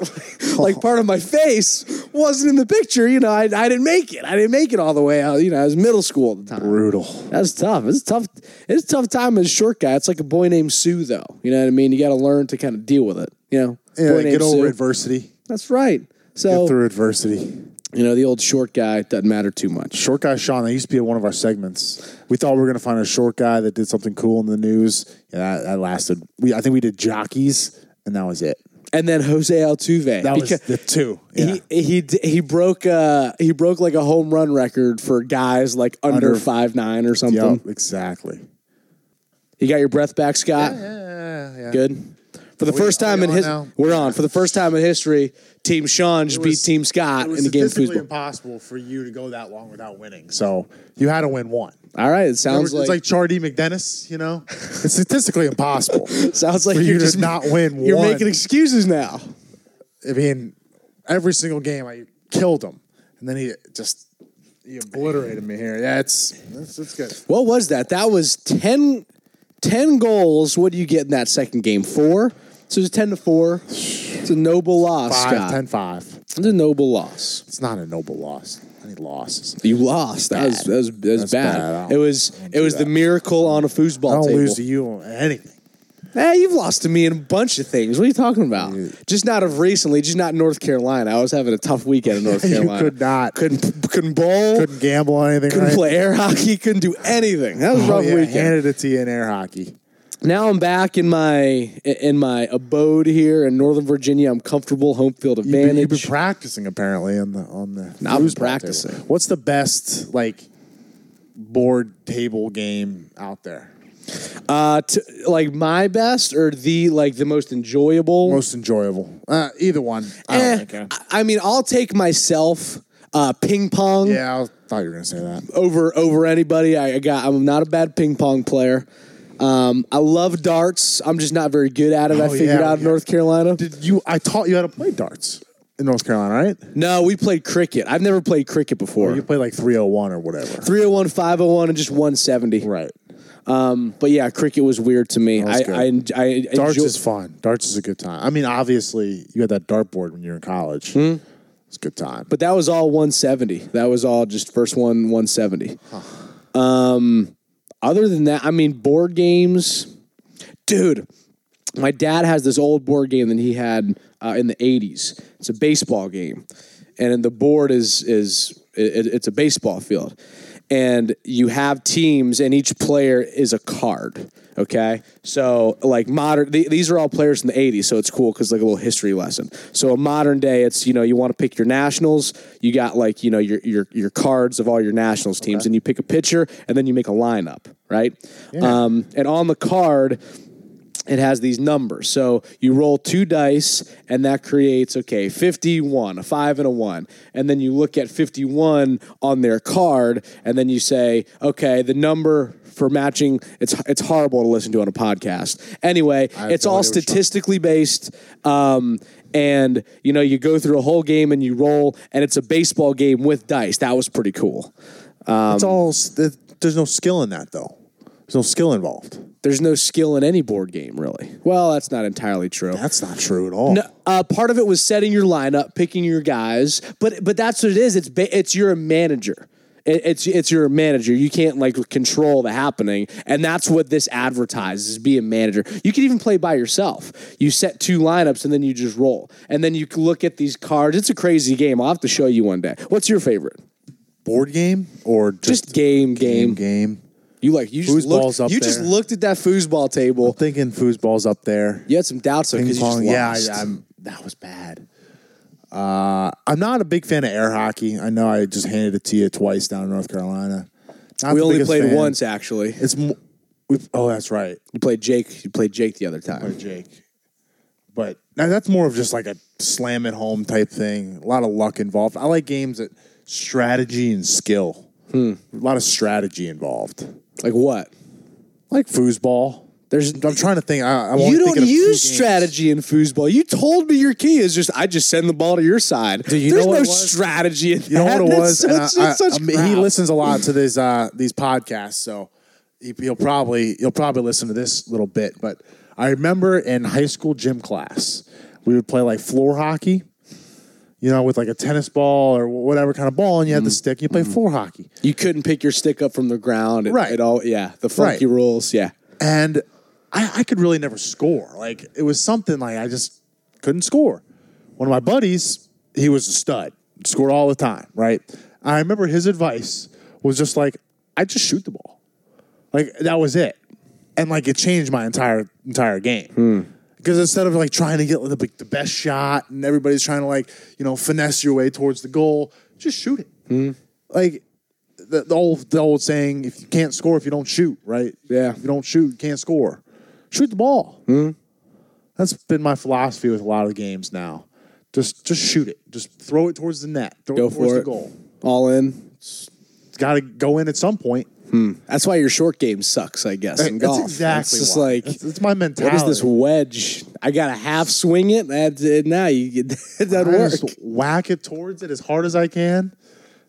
Speaker 3: like part of my face wasn't in the picture. You know, I, I didn't make it. I didn't make it all the way out. You know, I was middle school at the time.
Speaker 4: Brutal.
Speaker 3: That's tough. It's tough. It's a tough time as a short guy. It's like a boy named Sue, though. You know what I mean? You got to learn to kind of deal with it. You know, boy
Speaker 4: Yeah,
Speaker 3: named
Speaker 4: get over
Speaker 3: Sue.
Speaker 4: adversity.
Speaker 3: That's right.
Speaker 4: Get
Speaker 3: So
Speaker 4: through adversity.
Speaker 3: you know, the old short guy doesn't matter too much.
Speaker 4: Short guy Sean, that used to be one of our segments. We thought we were going to find a short guy that did something cool in the news. Yeah, that, that lasted. We, I think we did jockeys, and that was it.
Speaker 3: And then Jose Altuve.
Speaker 4: That was
Speaker 3: Because-
Speaker 4: the two. Yeah.
Speaker 3: He he d- he broke uh he broke like a home run record for guys like under
Speaker 4: Under-
Speaker 3: five nine or something.
Speaker 4: Yup, exactly.
Speaker 3: You got your breath back, Scott. Good. For the first
Speaker 4: are
Speaker 3: time
Speaker 4: we
Speaker 3: in
Speaker 4: on
Speaker 3: his,
Speaker 4: now?
Speaker 3: we're on. For the first time in history, Team Sean just beat
Speaker 4: was-
Speaker 3: Team Scott
Speaker 4: It
Speaker 3: in
Speaker 4: was
Speaker 3: the game of
Speaker 4: statistically
Speaker 3: foosball.
Speaker 4: impossible for you to go that long without winning. So you had to win one.
Speaker 3: All right, it sounds
Speaker 4: it's like Charlie McDennis, you know? It's statistically impossible.
Speaker 3: Sounds like
Speaker 4: for you
Speaker 3: you're
Speaker 4: to
Speaker 3: just
Speaker 4: not win
Speaker 3: You're
Speaker 4: one.
Speaker 3: making excuses now.
Speaker 4: I mean, every single game I killed him, and then he just he obliterated me here. Yeah, it's it's, it's good.
Speaker 3: What was that? That was 10, 10 goals. What do you get in that second game? Four. So it's ten to four. It's a noble loss,
Speaker 4: Five,
Speaker 3: Scott.
Speaker 4: 10 5.
Speaker 3: It's a noble loss.
Speaker 4: It's not a noble loss. I need losses.
Speaker 3: You lost. That was that was, that was
Speaker 4: That's
Speaker 3: bad.
Speaker 4: bad. I don't-
Speaker 3: It was
Speaker 4: I don't
Speaker 3: it
Speaker 4: do
Speaker 3: was the
Speaker 4: that.
Speaker 3: miracle on a foosball
Speaker 4: I don't
Speaker 3: table.
Speaker 4: lose to you on anything.
Speaker 3: Eh, you've lost to me in a bunch of things. What are you talking about? Just not of recently. Just not in North Carolina. I was having a tough weekend in North
Speaker 4: You
Speaker 3: Carolina.
Speaker 4: could not.
Speaker 3: Couldn't couldn't bowl. Couldn't,
Speaker 4: Couldn't gamble on anything. right?
Speaker 3: play air hockey. Couldn't do anything. That was a
Speaker 4: Oh,
Speaker 3: rough
Speaker 4: yeah,
Speaker 3: weekend.
Speaker 4: handed it to you in air hockey.
Speaker 3: now I'm back in my in my abode here in Northern Virginia. I'm comfortable, home field
Speaker 4: You've been, you've been
Speaker 3: advantage.
Speaker 4: practicing apparently on the on the.
Speaker 3: Not
Speaker 4: foosball table.
Speaker 3: practicing.
Speaker 4: What's the best like board table game out there?
Speaker 3: Uh, t- like my best or the like the most enjoyable.
Speaker 4: Most enjoyable. Uh, either one. I don't
Speaker 3: Eh,
Speaker 4: think.
Speaker 3: I I mean, I'll take myself Uh, ping pong
Speaker 4: Yeah, I thought you were gonna say that.
Speaker 3: over over anybody. I, I got. I'm not a bad ping pong player. Um, I love darts. I'm just not very good at it. I
Speaker 4: Oh,
Speaker 3: figured
Speaker 4: yeah,
Speaker 3: out in
Speaker 4: yeah.
Speaker 3: North Carolina.
Speaker 4: Did you? I taught you how to play darts in North Carolina, right?
Speaker 3: No, we played cricket. I've never played cricket before.
Speaker 4: Oh, You play like 301 or whatever.
Speaker 3: 301, 501, and just 170.
Speaker 4: Right.
Speaker 3: But yeah, cricket was weird to me. I,
Speaker 4: was
Speaker 3: I, en- I,
Speaker 4: Darts
Speaker 3: enjoy-
Speaker 4: is fun. Darts is a good time. I mean, obviously, you had that dartboard when you were in college. It's a good time.
Speaker 3: but that was all 170. That was all just first one 170. Um, other than that, I mean, board games, dude. My dad has this old board game that he had uh, in the 80s. It's a baseball game, and the board is is it, it's a baseball field, and you have teams, and each player is a card. Okay, so like modern, th- these are all players in the 80s, so it's cool because like a little history lesson. So a modern day, it's you know you want to pick your nationals. You got like you know your your your cards of all your nationals teams, and you pick a pitcher, and then you make a lineup, right? Um, and on the card, it has these numbers. So you roll two dice, and that creates, okay, 51, a five, and a one. And then you look at 51 on their card, and then you say, okay, the number for matching, it's, it's horrible to listen to on a podcast. Anyway, it's
Speaker 4: no
Speaker 3: all
Speaker 4: idea what you're
Speaker 3: statistically based. Um, and you know you go through a whole game and you roll and it's a baseball game with dice that was pretty cool Um,
Speaker 4: it's all. s- th- There's no skill in that though. There's no skill involved.
Speaker 3: there's no skill in any board game really well that's not entirely true
Speaker 4: That's not true at all.
Speaker 3: No, uh, part of it was setting your lineup, picking your guys, but but that's what it is. It's ba- it's you're a manager. It- It's it's your manager. You can't like control the happening, and that's what this advertises: is be a manager. You can even play by yourself. You set two lineups, and then you just roll, and then you can look at these cards. It's a crazy game. I'll have to show you one day. What's your favorite?
Speaker 4: Board game or just,
Speaker 3: Just game, game.
Speaker 4: game game.
Speaker 3: You like you just looked,
Speaker 4: Foosball's up
Speaker 3: you just
Speaker 4: there.
Speaker 3: looked at that foosball table.
Speaker 4: Thinking foosball's up there.
Speaker 3: You had some doubts though,
Speaker 4: Ping
Speaker 3: 'cause you just
Speaker 4: pong, yeah,
Speaker 3: lost.
Speaker 4: I, am that was bad. Uh, I'm not a big fan of air hockey. I know I just handed it to you twice down in North Carolina. Not
Speaker 3: we
Speaker 4: the
Speaker 3: only
Speaker 4: biggest
Speaker 3: played
Speaker 4: fan.
Speaker 3: once actually.
Speaker 4: It's mo- we, oh, that's right,
Speaker 3: You played Jake. You played Jake the other time.
Speaker 4: Jake. But now that's more of just like a slam at home type thing. A lot of luck involved. I like games that strategy and skill.
Speaker 3: Hmm.
Speaker 4: A lot of strategy involved,
Speaker 3: Like what?
Speaker 4: like foosball.
Speaker 3: There's
Speaker 4: I'm trying to think. I, I'm only
Speaker 3: you
Speaker 4: thinking
Speaker 3: don't
Speaker 4: of two
Speaker 3: use
Speaker 4: games.
Speaker 3: strategy in foosball. You told me your key is just I just send the ball to your side.
Speaker 4: you
Speaker 3: There's
Speaker 4: know what
Speaker 3: no
Speaker 4: it was?
Speaker 3: strategy in
Speaker 4: You know
Speaker 3: that.
Speaker 4: what it
Speaker 3: That's
Speaker 4: was? And
Speaker 3: Such,
Speaker 4: I- I-
Speaker 3: that's such
Speaker 4: I mean, he
Speaker 3: crap.
Speaker 4: listens a lot to these uh, these podcasts, so he, he'll probably he'll probably listen to this little bit. But I remember in high school gym class, we would play like floor hockey, you know, with like a tennis ball or whatever kind of ball, and you had the
Speaker 3: Mm-hmm.
Speaker 4: stick. You play floor hockey,
Speaker 3: You couldn't pick your stick up from the ground. It,
Speaker 4: Right.
Speaker 3: It all yeah. The funky
Speaker 4: Right.
Speaker 3: rules. Yeah.
Speaker 4: and I, I could really never score. Like it was something like I just couldn't score. One of my buddies, he was a stud, scored all the time. Right. I remember his advice was just like, I just shoot the ball. Like that was it, and like it changed my entire entire game.
Speaker 3: Hmm.
Speaker 4: Because instead of like trying to get the, big- the best shot and everybody's trying to like you know finesse your way towards the goal, just shoot it.
Speaker 3: Hmm.
Speaker 4: Like the, the old the old saying, if you can't score, if you don't shoot, right?
Speaker 3: Yeah. Hmm.
Speaker 4: if you don't shoot, you can't score. Shoot the ball. That's been my philosophy with a lot of games now. Just just shoot it. Just throw it towards the net. Throw
Speaker 3: Go
Speaker 4: it towards
Speaker 3: for
Speaker 4: the
Speaker 3: it.
Speaker 4: goal.
Speaker 3: All in.
Speaker 4: It's got to go in at some point.
Speaker 3: That's why your short game sucks. I guess in
Speaker 4: That's
Speaker 3: golf.
Speaker 4: exactly
Speaker 3: It's just
Speaker 4: why.
Speaker 3: like
Speaker 4: That's- that's my
Speaker 3: what
Speaker 4: mentality.
Speaker 3: is this wedge? I got to half swing it. That's it. Now you it doesn't
Speaker 4: I
Speaker 3: work.
Speaker 4: just whack it towards it as hard as I can.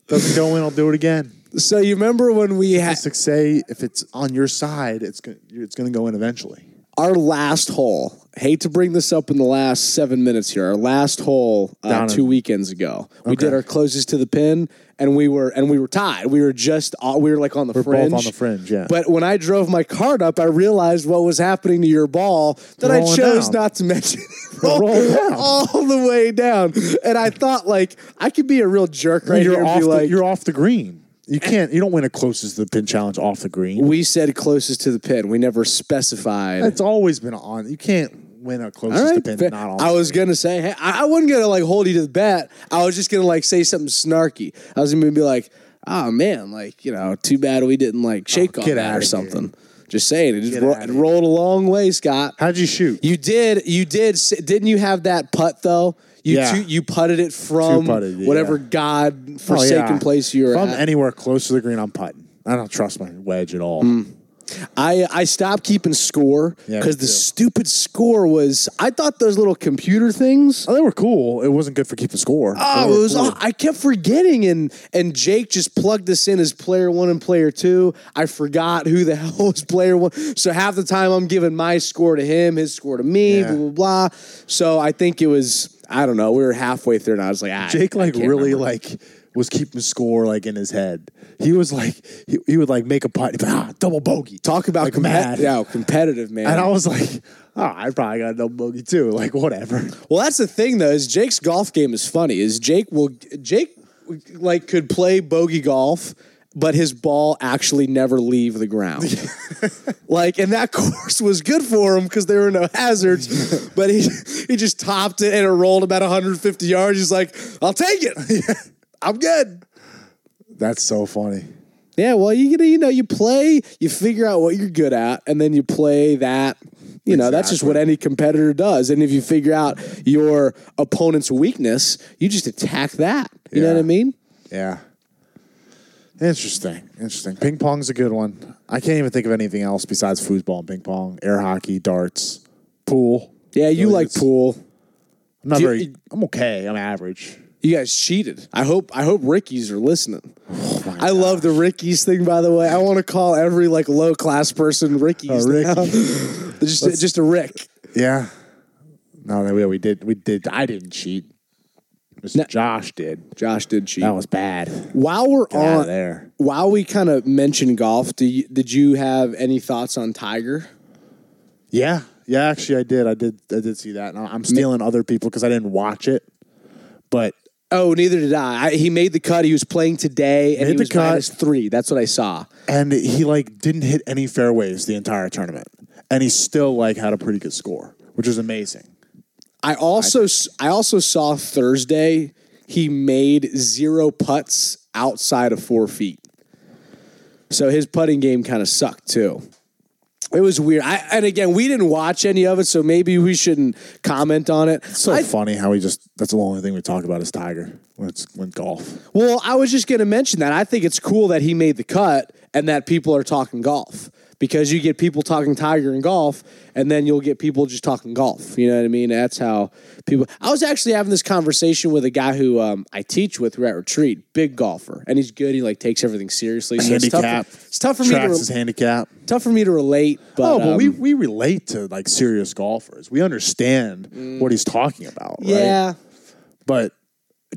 Speaker 4: Doesn't go in, I'll do it again.
Speaker 3: So you remember when we had
Speaker 4: Six say if it's on your side, it's gonna, it's going to go in eventually.
Speaker 3: our last hole. Hate to bring this up in the last seven minutes here. Our last hole uh,
Speaker 4: Down in-
Speaker 3: two weekends ago. We did our closest to the pin, and we were and we were tied. We were just uh, we were like on the
Speaker 4: both
Speaker 3: fringe.
Speaker 4: on the fringe, yeah.
Speaker 3: But when I drove my cart up, I realized what was happening to your ball that I
Speaker 4: Rolling
Speaker 3: chose
Speaker 4: down.
Speaker 3: not to mention. It
Speaker 4: Roll down.
Speaker 3: all the way down, and I thought like I could be a real jerk right here
Speaker 4: you're
Speaker 3: and
Speaker 4: off.
Speaker 3: be
Speaker 4: The,
Speaker 3: like,
Speaker 4: you're off the green. You can't. You don't win a closest to the pin challenge off the green.
Speaker 3: "We said closest to the pin. We never specified."
Speaker 4: It's always been on. You can't win a closest
Speaker 3: All
Speaker 4: to
Speaker 3: right,
Speaker 4: pin
Speaker 3: fair.
Speaker 4: not on.
Speaker 3: I was gonna say, hey, I, I wasn't gonna like hold you to the bat. I was just gonna like say something snarky. I was gonna be like, oh man, like you know, too bad we didn't like shake on
Speaker 4: get
Speaker 3: that
Speaker 4: outta
Speaker 3: or
Speaker 4: here.
Speaker 3: something. Just saying, it, just
Speaker 4: Get
Speaker 3: ro-
Speaker 4: outta
Speaker 3: it
Speaker 4: here.
Speaker 3: rolled a long way, Scott.
Speaker 4: How'd you shoot?
Speaker 3: You did, you did. s- Didn't you have that putt though? You
Speaker 4: Yeah.
Speaker 3: two, you putted it from
Speaker 4: Two-putted, yeah.
Speaker 3: whatever god forsaken
Speaker 4: Oh, yeah.
Speaker 3: place you were
Speaker 4: If I'm
Speaker 3: at.
Speaker 4: anywhere close to the green, I'm putting. I don't trust my wedge at all.
Speaker 3: Hmm. I I stopped keeping score
Speaker 4: Yeah, me
Speaker 3: because the
Speaker 4: too.
Speaker 3: stupid score was. I thought those little computer things.
Speaker 4: Oh, they were cool. It wasn't good for keeping score. They
Speaker 3: Oh,
Speaker 4: were
Speaker 3: it was.
Speaker 4: cool.
Speaker 3: aw- I kept forgetting, and and Jake just plugged this in as player one and player two. I forgot who the hell was player one. So half the time I'm giving my score to him, his score to me,
Speaker 4: Yeah.
Speaker 3: blah blah blah. So I think it was. I don't know. We were halfway through, and I was like, ah,
Speaker 4: Jake
Speaker 3: I
Speaker 4: like
Speaker 3: can't
Speaker 4: really
Speaker 3: remember.
Speaker 4: like was keeping score like in his head. He was like he, he would like make a putt, he'd be, ah, double bogey.
Speaker 3: talk about
Speaker 4: like,
Speaker 3: compet-
Speaker 4: mad.
Speaker 3: yeah, competitive man.
Speaker 4: And I was like, oh, I probably got a double bogey too. Like whatever.
Speaker 3: Well, that's the thing though. Is Jake's golf game is funny. Is Jake will Jake like could play bogey golf, but his ball actually never leave the ground. like, and that course was good for him because there were no hazards. but he he just topped it and it rolled about 150 yards. He's like, I'll take it. I'm good.
Speaker 4: That's so funny.
Speaker 3: Yeah, well, you gotta, you know, you play, you figure out what you're good at, and then you play that. You know, that's just what any competitor does. And if you figure out your opponent's weakness, you just attack that. You know
Speaker 4: Yeah.
Speaker 3: what I mean?
Speaker 4: Yeah. Interesting. Interesting. Ping pong's a good one. I can't even think of anything else besides foosball and ping pong, air hockey, darts, pool.
Speaker 3: Yeah, you
Speaker 4: Really
Speaker 3: like
Speaker 4: good-
Speaker 3: pool.
Speaker 4: I'm not
Speaker 3: Do you-
Speaker 4: very I'm okay. I'm average.
Speaker 3: You guys cheated. I hope I hope Rickies are listening.
Speaker 4: Oh
Speaker 3: I love the Rickies thing, by the way. I want to call every like low class person Rickies.
Speaker 4: A Ricky.
Speaker 3: now. just just a Rick.
Speaker 4: Yeah. No, no, we, we did. We did. I didn't cheat. Mr. Josh did.
Speaker 3: Josh did cheat.
Speaker 4: That was bad.
Speaker 3: While we're
Speaker 4: outta
Speaker 3: on
Speaker 4: there.
Speaker 3: while we kind of mentioned golf, do you, did you have any thoughts on Tiger?
Speaker 4: Yeah. Yeah. Actually, I did. I did. I did see that. And I- I'm stealing other people because I didn't watch it. But
Speaker 3: Oh, neither did I. I he made the cut. He was playing today, and
Speaker 4: Made
Speaker 3: he
Speaker 4: the
Speaker 3: was
Speaker 4: cut.
Speaker 3: minus three. That's what I saw.
Speaker 4: and he like didn't hit any fairways the entire tournament, and he still like had a pretty good score, which is amazing.
Speaker 3: I also s- I also saw Thursday he made zero putts outside of four feet. So his putting game kind of sucked too. It was weird. I, and again, we didn't watch any of it, so maybe we shouldn't comment on it.
Speaker 4: So
Speaker 3: I
Speaker 4: funny how he just. That's the only thing we talk about is Tiger when it's when golf.
Speaker 3: Well, I was just going to mention that. I think it's cool that he made the cut and that people are talking golf because you get people talking Tiger and golf, and then you'll get people just talking golf. You know what I mean? That's how people. I was actually having this conversation with a guy who um, I teach with who at retreat, big golfer, and he's good. He like takes everything seriously. So it's tough.
Speaker 4: Handicap.
Speaker 3: For, it's tough for me to
Speaker 4: Tracks
Speaker 3: re-
Speaker 4: his handicap.
Speaker 3: tough for me to relate. But,
Speaker 4: Oh, but we,
Speaker 3: um,
Speaker 4: we relate to like serious golfers. We understand what he's talking about, right?
Speaker 3: Mm. yeah,
Speaker 4: But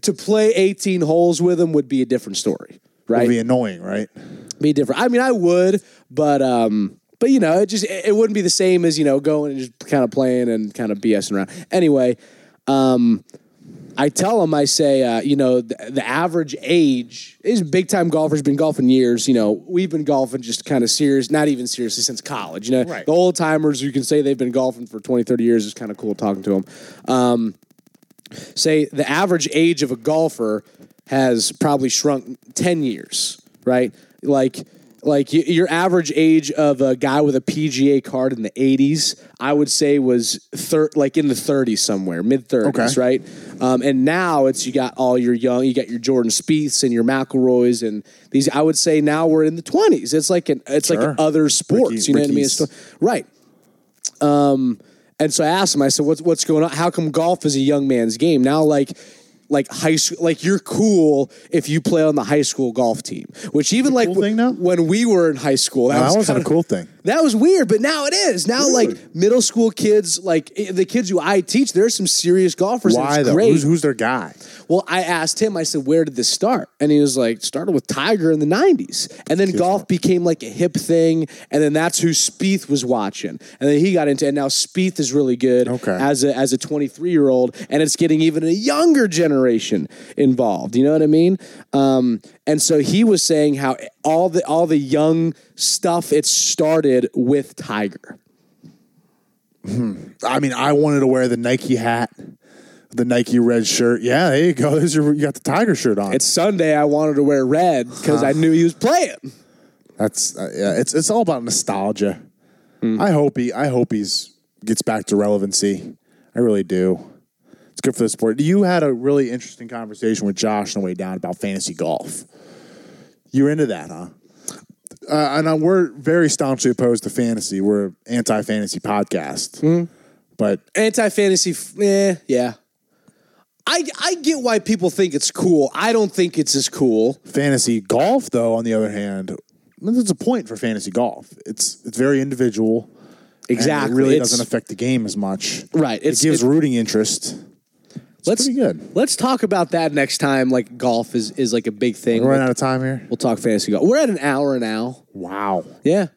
Speaker 3: to play eighteen holes with him would be a different story,
Speaker 4: it
Speaker 3: right?
Speaker 4: would be annoying, right?
Speaker 3: be different. I mean, I would, but um, but you know, it just it, it wouldn't be the same as you know going and just kind of playing and kind of BSing around. Anyway, um, I tell him, I say, uh, you know, the, the average age is big time golfers been golfing years. You know, we've been golfing just kind of serious, not even seriously since college. You know,
Speaker 4: Right.
Speaker 3: the old timers you can say they've been golfing for 20, 30 years is kind of cool talking to them. Um, say the average age of a golfer has probably shrunk 10 years right like like y- your average age of a guy with a PGA card in the 80s i would say was thir- like in the 30s somewhere mid 30s
Speaker 4: Okay.
Speaker 3: right um, and now it's you got all your young you got your jordan Spieths and your mcelroys and these i would say now we're in the 20s it's like an it's like
Speaker 4: Sure.
Speaker 3: other sports
Speaker 4: Ricky-
Speaker 3: you know what i mean
Speaker 4: Ricky's.
Speaker 3: It's- right and so I asked him, I said, what's, what's going on? How come golf is a young man's game? Now, like, like high school, like you're cool if you play on the high school golf team, which even like
Speaker 4: cool
Speaker 3: w-
Speaker 4: thing now?
Speaker 3: when we were in high school, that
Speaker 4: That
Speaker 3: was
Speaker 4: wasn't
Speaker 3: kinda-
Speaker 4: a cool thing.
Speaker 3: that was weird, but now it is. Now,
Speaker 4: Really?
Speaker 3: like middle school kids, like i- the kids who I teach, there's some serious golfers. and
Speaker 4: Why
Speaker 3: it's
Speaker 4: though?
Speaker 3: Great.
Speaker 4: Who's, who's their guy?
Speaker 3: Well, I asked him, I said, where did this start? And he was like, started with Tiger in the 90s. And then golf became like a hip thing. And then that's who Spieth was watching. And then he got into And now Spieth is really good
Speaker 4: Okay.
Speaker 3: as a as a 23 year old. And it's getting even a younger generation involved. You know what I mean? Um, and so he was saying how all the all the young stuff it started with Tiger.
Speaker 4: I mean, I wanted to wear the Nike hat, the Nike red shirt. Yeah, there you go. There's your, you got the Tiger shirt on.
Speaker 3: It's Sunday. I wanted to wear red because I knew he was playing.
Speaker 4: That's uh, yeah. It's it's all about nostalgia. I hope he I hope he's gets back to relevancy. I really do. It's good for the sport. You had a really interesting conversation with Josh on the way down about fantasy golf. You're into that, huh? Uh, and uh, we're very staunchly opposed to fantasy. We're an anti-fantasy podcast. But
Speaker 3: Anti fantasy, f- eh, yeah. I, I get why people think it's cool. I don't think it's as cool.
Speaker 4: fantasy golf, though, on the other hand, there's a point for fantasy golf. It's it's very individual. and
Speaker 3: Exactly.
Speaker 4: it really
Speaker 3: It's-
Speaker 4: doesn't affect the game as much.
Speaker 3: Right. It's-
Speaker 4: it gives
Speaker 3: it-
Speaker 4: rooting interest.
Speaker 3: let's
Speaker 4: pretty good.
Speaker 3: Let's talk about that next time. Like golf is is like a big thing.
Speaker 4: We're running out of time here.
Speaker 3: We'll talk fantasy golf. We're at an hour now.
Speaker 4: Wow.
Speaker 3: Yeah.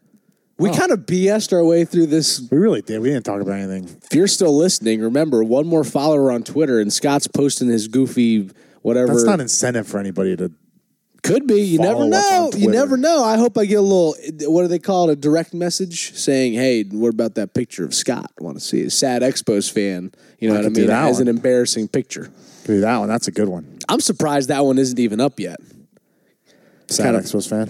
Speaker 3: We
Speaker 4: Oh.
Speaker 3: kind of BS'd our way through this.
Speaker 4: We really did. We didn't talk about anything.
Speaker 3: If you're still listening, remember one more follower on Twitter, and Scott's posting his goofy whatever.
Speaker 4: That's not incentive for anybody to.
Speaker 3: Could be. You never
Speaker 4: Follow us
Speaker 3: know.
Speaker 4: on
Speaker 3: You
Speaker 4: Twitter.
Speaker 3: never know. I hope I get a little. What do they call it? A direct message saying, "Hey, what about that picture of Scott? want to see a sad Expos fan? You know what I
Speaker 4: could do
Speaker 3: mean?
Speaker 4: that
Speaker 3: As an
Speaker 4: one.
Speaker 3: embarrassing picture.
Speaker 4: do that one. That's a good one.
Speaker 3: I'm surprised that one isn't even up yet.
Speaker 4: Sad
Speaker 3: kind of-
Speaker 4: Expos fan.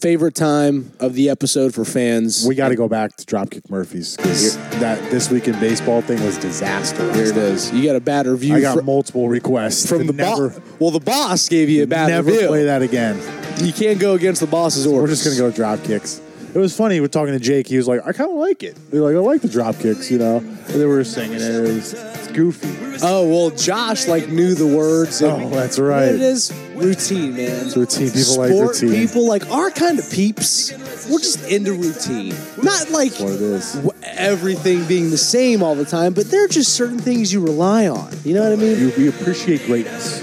Speaker 3: Favorite time of the episode for fans.
Speaker 4: We got to go back to Dropkick Murphys because that this week in baseball thing was disaster.
Speaker 3: Here it is. You got a bad review
Speaker 4: I got
Speaker 3: fr-
Speaker 4: multiple requests
Speaker 3: from
Speaker 4: to
Speaker 3: the
Speaker 4: never,
Speaker 3: boss. Well, the boss gave you a bad
Speaker 4: never
Speaker 3: review.
Speaker 4: play that again.
Speaker 3: You can't go against the boss's orders.
Speaker 4: We're just gonna go drop kicks. It was funny. We're talking to Jake. He was like, "I kind of like it." They're like, "I like the drop kicks," you know. And they were singing it. It was it's goofy.
Speaker 3: Oh well, Josh like knew the words. And
Speaker 4: Oh, that's
Speaker 3: You know what
Speaker 4: right.
Speaker 3: It is routine, man. It's
Speaker 4: routine. People like routine.
Speaker 3: People like our kind of peeps. We're just into routine, not like
Speaker 4: what it is.
Speaker 3: wh- everything being the same all the time. But there are just certain things you rely on. You know what I mean?
Speaker 4: You, we appreciate greatness.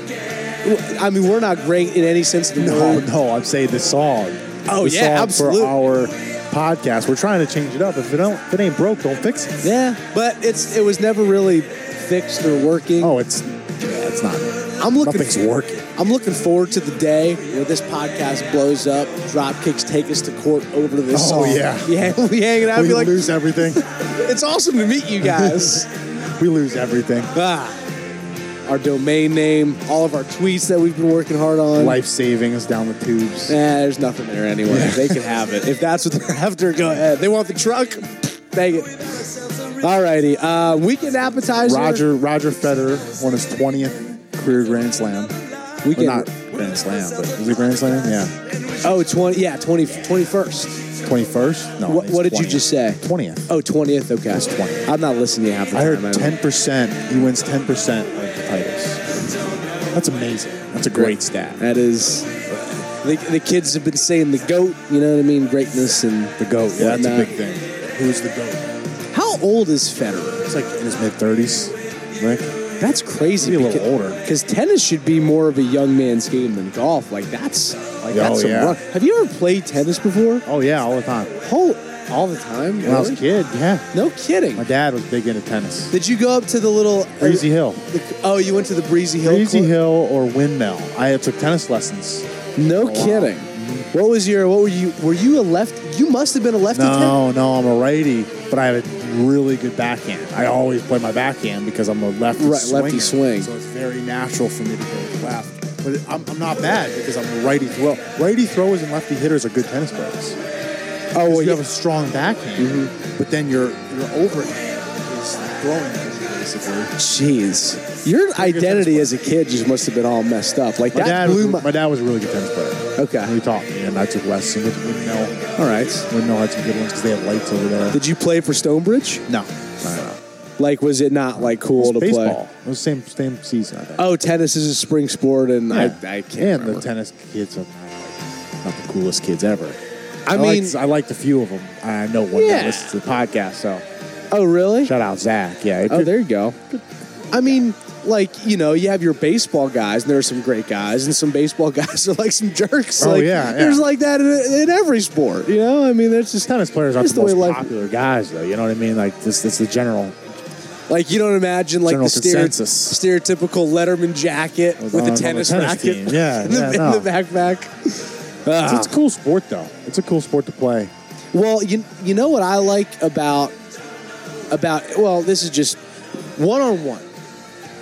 Speaker 3: I mean, we're not great in any sense of the
Speaker 4: No,
Speaker 3: word.
Speaker 4: no, I'm saying the song.
Speaker 3: Oh,
Speaker 4: the
Speaker 3: yeah,
Speaker 4: song
Speaker 3: absolute.
Speaker 4: For our podcast, we're trying to change it up. If it don't, if it ain't broke, don't fix it.
Speaker 3: Yeah, but it's it was never really fixed or working.
Speaker 4: Oh, it's yeah, it's not.
Speaker 3: I'm looking.
Speaker 4: Nothing's working.
Speaker 3: I'm looking forward to the day where this podcast blows up. Dropkicks take us to court over to this
Speaker 4: Oh,
Speaker 3: song.
Speaker 4: yeah.
Speaker 3: yeah, we'll be hanging out.
Speaker 4: We
Speaker 3: and Be like,
Speaker 4: lose everything.
Speaker 3: it's awesome to meet you guys.
Speaker 4: we lose everything.
Speaker 3: ah, our domain name, all of our tweets that we've been working hard on.
Speaker 4: Life savings down the tubes.
Speaker 3: Nah, there's nothing there anyway. They can have it if that's what they're after. Go ahead. They want the truck. Bang it. Alrighty. Uh, weekend appetizer.
Speaker 4: Roger Roger Federer won his 20th career Grand Slam.
Speaker 3: We
Speaker 4: Well,
Speaker 3: can-
Speaker 4: not Grand Slam, but is it Grand Slam? Yeah.
Speaker 3: Oh, 20, yeah, 20, 21st.
Speaker 4: 21st? No.
Speaker 3: What-
Speaker 4: it's
Speaker 3: what did you just say?
Speaker 4: 20th.
Speaker 3: Oh, 20th. Okay.
Speaker 4: 20th.
Speaker 3: I'm not listening to you half the
Speaker 4: I heard
Speaker 3: time. don't-
Speaker 4: 10%. He wins 10% of the titles. That's amazing. That's a great stat.
Speaker 3: That is, the, the kids have been saying the goat. You know what I mean? Greatness and
Speaker 4: The GOAT. Yeah, that's a
Speaker 3: Whatnot.
Speaker 4: big thing. Who's the GOAT?
Speaker 3: how old is Federer?
Speaker 4: It's like in his mid 30s. Like,
Speaker 3: That's crazy.
Speaker 4: Be a little older.
Speaker 3: because tennis should be more of a young man's game than golf. Like that's like
Speaker 4: Oh,
Speaker 3: that's
Speaker 4: yeah.
Speaker 3: a run. Have you ever played tennis before?
Speaker 4: oh, yeah, all the time.
Speaker 3: Whole, all the time.
Speaker 4: When I was a
Speaker 3: Really?
Speaker 4: kid, yeah.
Speaker 3: No kidding.
Speaker 4: My dad was big into tennis.
Speaker 3: Did you go up to the little
Speaker 4: Breezy Hill.
Speaker 3: the- oh, you went to the Breezy Hill.
Speaker 4: Breezy
Speaker 3: court?
Speaker 4: Hill or Windmill. I took tennis lessons.
Speaker 3: No kidding. What was your? What were you? Were you a left? You must have been a lefty. tennis-
Speaker 4: No, no, I'm a righty, but I have a really good backhand. I always play my backhand because I'm a lefty
Speaker 3: Right, lefty swing.
Speaker 4: swinger, So it's very natural for me to go left. But I'm, I'm not bad because I'm a righty throw. Righty throwers and lefty hitters are good tennis players.
Speaker 3: Oh,
Speaker 4: Well,
Speaker 3: well,
Speaker 4: you
Speaker 3: yeah. Mm-hmm.
Speaker 4: have a strong backhand, but then your your overhand is throwing basically.
Speaker 3: Jeez, your identity as a kid just must have been all messed up. Like
Speaker 4: My
Speaker 3: that
Speaker 4: dad,
Speaker 3: blew
Speaker 4: was,
Speaker 3: my.
Speaker 4: my dad was a really good tennis player.
Speaker 3: Okay.
Speaker 4: And he taught me, and I took lessons with Windmill.
Speaker 3: All right.
Speaker 4: Windmill had some good ones because they had lights over there.
Speaker 3: Did you play for Stonebridge?
Speaker 4: no, no, no.
Speaker 3: Like, was it not like
Speaker 4: It
Speaker 3: cool
Speaker 4: was
Speaker 3: to
Speaker 4: baseball.
Speaker 3: play?
Speaker 4: It was the same same season. I think.
Speaker 3: Oh, tennis is a spring sport, and I, I
Speaker 4: And
Speaker 3: can't
Speaker 4: the
Speaker 3: remember.
Speaker 4: tennis kids are not, not the coolest kids ever.
Speaker 3: I
Speaker 4: liked-
Speaker 3: mean-
Speaker 4: I liked a few of them. I know one
Speaker 3: Yeah.
Speaker 4: that listens to the podcast. So
Speaker 3: oh, really?
Speaker 4: shout out Zach. Yeah,
Speaker 3: Oh, there you go. I mean, like you know, you have your baseball guys, and there are some great guys, and some baseball guys are like some jerks.
Speaker 4: Oh,
Speaker 3: like,
Speaker 4: yeah, yeah.
Speaker 3: There's like that in, in every sport. You know, I mean, there's
Speaker 4: Just
Speaker 3: just
Speaker 4: tennis players aren't
Speaker 3: Just
Speaker 4: the,
Speaker 3: the way
Speaker 4: most
Speaker 3: life-
Speaker 4: popular guys, though. You know what I mean? Like this, this the general.
Speaker 3: like you don't imagine like
Speaker 4: General
Speaker 3: the stere-
Speaker 4: consensus.
Speaker 3: stereotypical Letterman jacket with
Speaker 4: on-
Speaker 3: the
Speaker 4: on the
Speaker 3: tennis
Speaker 4: tennis
Speaker 3: racket
Speaker 4: team. Yeah,
Speaker 3: in, the,
Speaker 4: yeah,
Speaker 3: in
Speaker 4: no.
Speaker 3: the backpack.
Speaker 4: It's- It's a cool sport, though. Ah. It's a cool sport to play.
Speaker 3: Well, you you know what I like about about well, this is just one on one.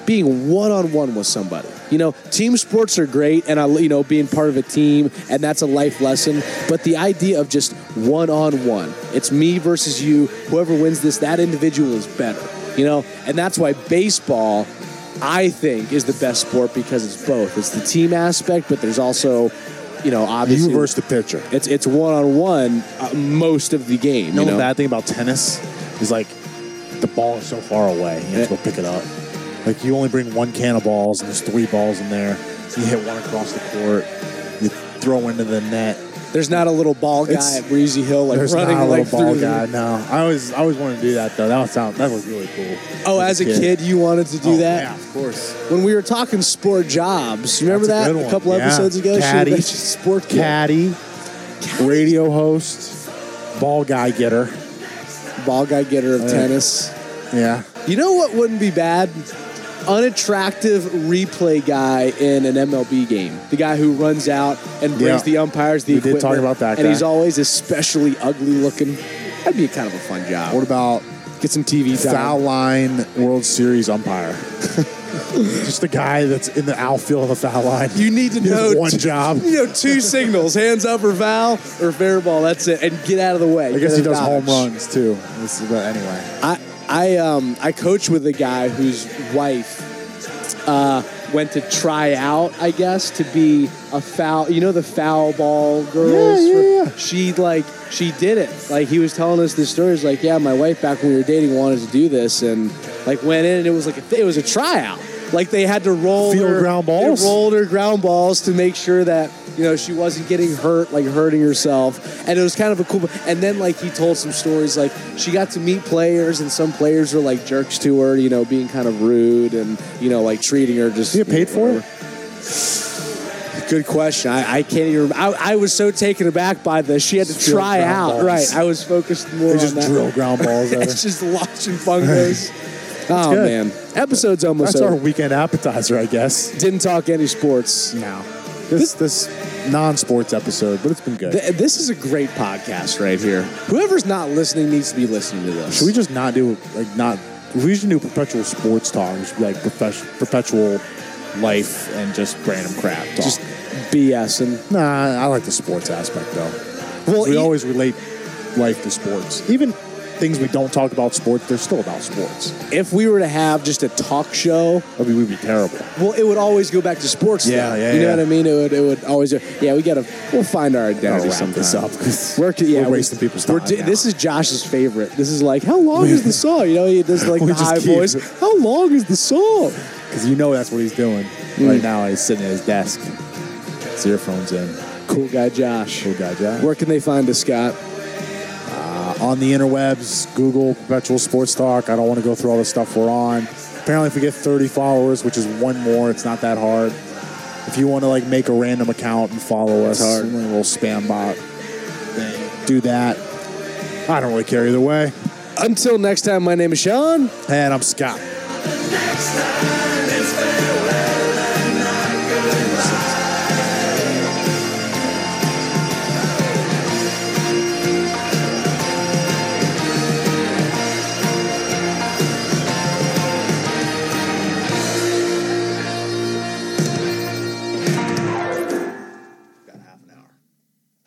Speaker 3: being one on one with somebody. You know, team sports are great, and I, you know, being part of a team, and that's a life lesson. But the idea of just one on one, it's me versus you. Whoever wins this, that individual is better. You know, and that's why baseball, I think, is the best sport because it's both. It's the team aspect, but there's also, you know, obviously
Speaker 4: You versus the pitcher.
Speaker 3: it's it's one on one most of the game.
Speaker 4: You know,
Speaker 3: you know?
Speaker 4: uh, the bad thing about tennis is like the ball is so far away. You have to go pick it up. Like you only bring one can of balls, and there's three balls in there. You hit one across the court. You throw into the net.
Speaker 3: There's not a little ball guy
Speaker 4: It's-
Speaker 3: at Breezy Hill like
Speaker 4: There's
Speaker 3: running
Speaker 4: not a little
Speaker 3: like
Speaker 4: ball
Speaker 3: through.
Speaker 4: guy. No, I always I always wanted to do that though. That was sound. That was really cool.
Speaker 3: Oh, as a kid. you wanted to do
Speaker 4: Oh,
Speaker 3: that
Speaker 4: Yeah, of course.
Speaker 3: when we were talking sport jobs. You remember
Speaker 4: That's
Speaker 3: that
Speaker 4: a good
Speaker 3: a
Speaker 4: one.
Speaker 3: couple
Speaker 4: Yeah.
Speaker 3: episodes ago? She
Speaker 4: Caddy.
Speaker 3: mentioned sport kid.
Speaker 4: Caddy, radio host, ball guy getter.
Speaker 3: ball guy getter of tennis.
Speaker 4: Yeah.
Speaker 3: You know what wouldn't be bad? Unattractive replay guy in an MLB game. The guy who runs out and brings
Speaker 4: Yeah.
Speaker 3: the umpires the
Speaker 4: We did
Speaker 3: equipment.
Speaker 4: talk about that
Speaker 3: And
Speaker 4: guy.
Speaker 3: he's always especially ugly looking. That'd be kind of a fun job.
Speaker 4: What about
Speaker 3: Get some TV time.
Speaker 4: foul line World Series umpire? Just the guy that's in the outfield of the foul line.
Speaker 3: You need to
Speaker 4: He has
Speaker 3: know
Speaker 4: one job.
Speaker 3: You know, two signals: hands up or foul or fair ball. That's it, and get out of the way.
Speaker 4: I guess he
Speaker 3: Get a
Speaker 4: does home
Speaker 3: dodge.
Speaker 4: runs too. This is- But anyway,
Speaker 3: I I um I coach with a guy whose wife uh went to try out, I guess, to be a foul. You know the foul ball girls.
Speaker 4: Yeah, yeah,
Speaker 3: For-
Speaker 4: yeah.
Speaker 3: She like she did it. Like he was telling us this story. He's like, yeah, my wife back when we were dating wanted to do this, and like went in and it was like a th- it was a tryout. Like they had to roll
Speaker 4: Field
Speaker 3: her,
Speaker 4: ground
Speaker 3: they
Speaker 4: balls?
Speaker 3: rolled her ground balls to make sure that you know she wasn't getting hurt, like hurting herself. And it was kind of a cool. And then like he told some stories, like she got to meet players, and some players were like jerks to her, you know, being kind of rude and you know like treating her just.
Speaker 4: Did he get paid for it?
Speaker 3: Good question. I, I can't even. I, I was so taken aback by this. She had to
Speaker 4: Field
Speaker 3: try
Speaker 4: ground
Speaker 3: out.
Speaker 4: balls.
Speaker 3: Right. I was focused more
Speaker 4: they
Speaker 3: on
Speaker 4: just
Speaker 3: that.
Speaker 4: drill ground balls. at her.
Speaker 3: it's just launching fungos. oh
Speaker 4: good.
Speaker 3: man, episode's almost
Speaker 4: That's
Speaker 3: over.
Speaker 4: our weekend appetizer, I guess.
Speaker 3: Didn't talk any sports.
Speaker 4: Now, this this non-sports episode, but it's been good.
Speaker 3: Th- This is a great podcast right here. Whoever's not listening needs to be listening to this.
Speaker 4: Should we just not do like not? We should do perpetual sports talk. We should be like profes- perpetual life and just random crap talk.
Speaker 3: just BS and
Speaker 4: nah, I like the sports aspect though.
Speaker 3: Well,
Speaker 4: we
Speaker 3: e-
Speaker 4: always relate life to sports. Even things we don't talk about sports, they're still about sports.
Speaker 3: if we were to have just a talk show,
Speaker 4: I mean, we'd be terrible.
Speaker 3: well, it would always go back to sports.
Speaker 4: Yeah,
Speaker 3: though.
Speaker 4: yeah,
Speaker 3: You know
Speaker 4: yeah.
Speaker 3: what I mean? It would, it would always. Yeah, we gotta. We'll find our identity.
Speaker 4: Gotta wrap this
Speaker 3: sometime.
Speaker 4: up, 'cause
Speaker 3: We're, c- yeah,
Speaker 4: we're wasting
Speaker 3: we-
Speaker 4: people's
Speaker 3: we're
Speaker 4: time
Speaker 3: do-
Speaker 4: now.
Speaker 3: This is Josh's favorite. This is like, how long is the song? You know, he does like
Speaker 4: We
Speaker 3: the
Speaker 4: just
Speaker 3: high
Speaker 4: keep-
Speaker 3: voice. How long is the song?
Speaker 4: Because you know that's what he's doing
Speaker 3: Mm.
Speaker 4: right now. He's sitting at his desk, his earphones in.
Speaker 3: Cool guy, Josh.
Speaker 4: Cool guy, Jack.
Speaker 3: Where can they find us, Scott?
Speaker 4: on the interwebs, Google Perpetual Sports Talk. I don't want to go through all the stuff we're on. Apparently, if we get 30 followers, which is one more, it's not that hard. If you want to like make a random account and follow us,
Speaker 3: hard.
Speaker 4: a little spam bot thing, do that. I don't really care either way.
Speaker 3: Until next time, my name is Sean.
Speaker 4: And I'm Scott.
Speaker 5: next time it's farewell.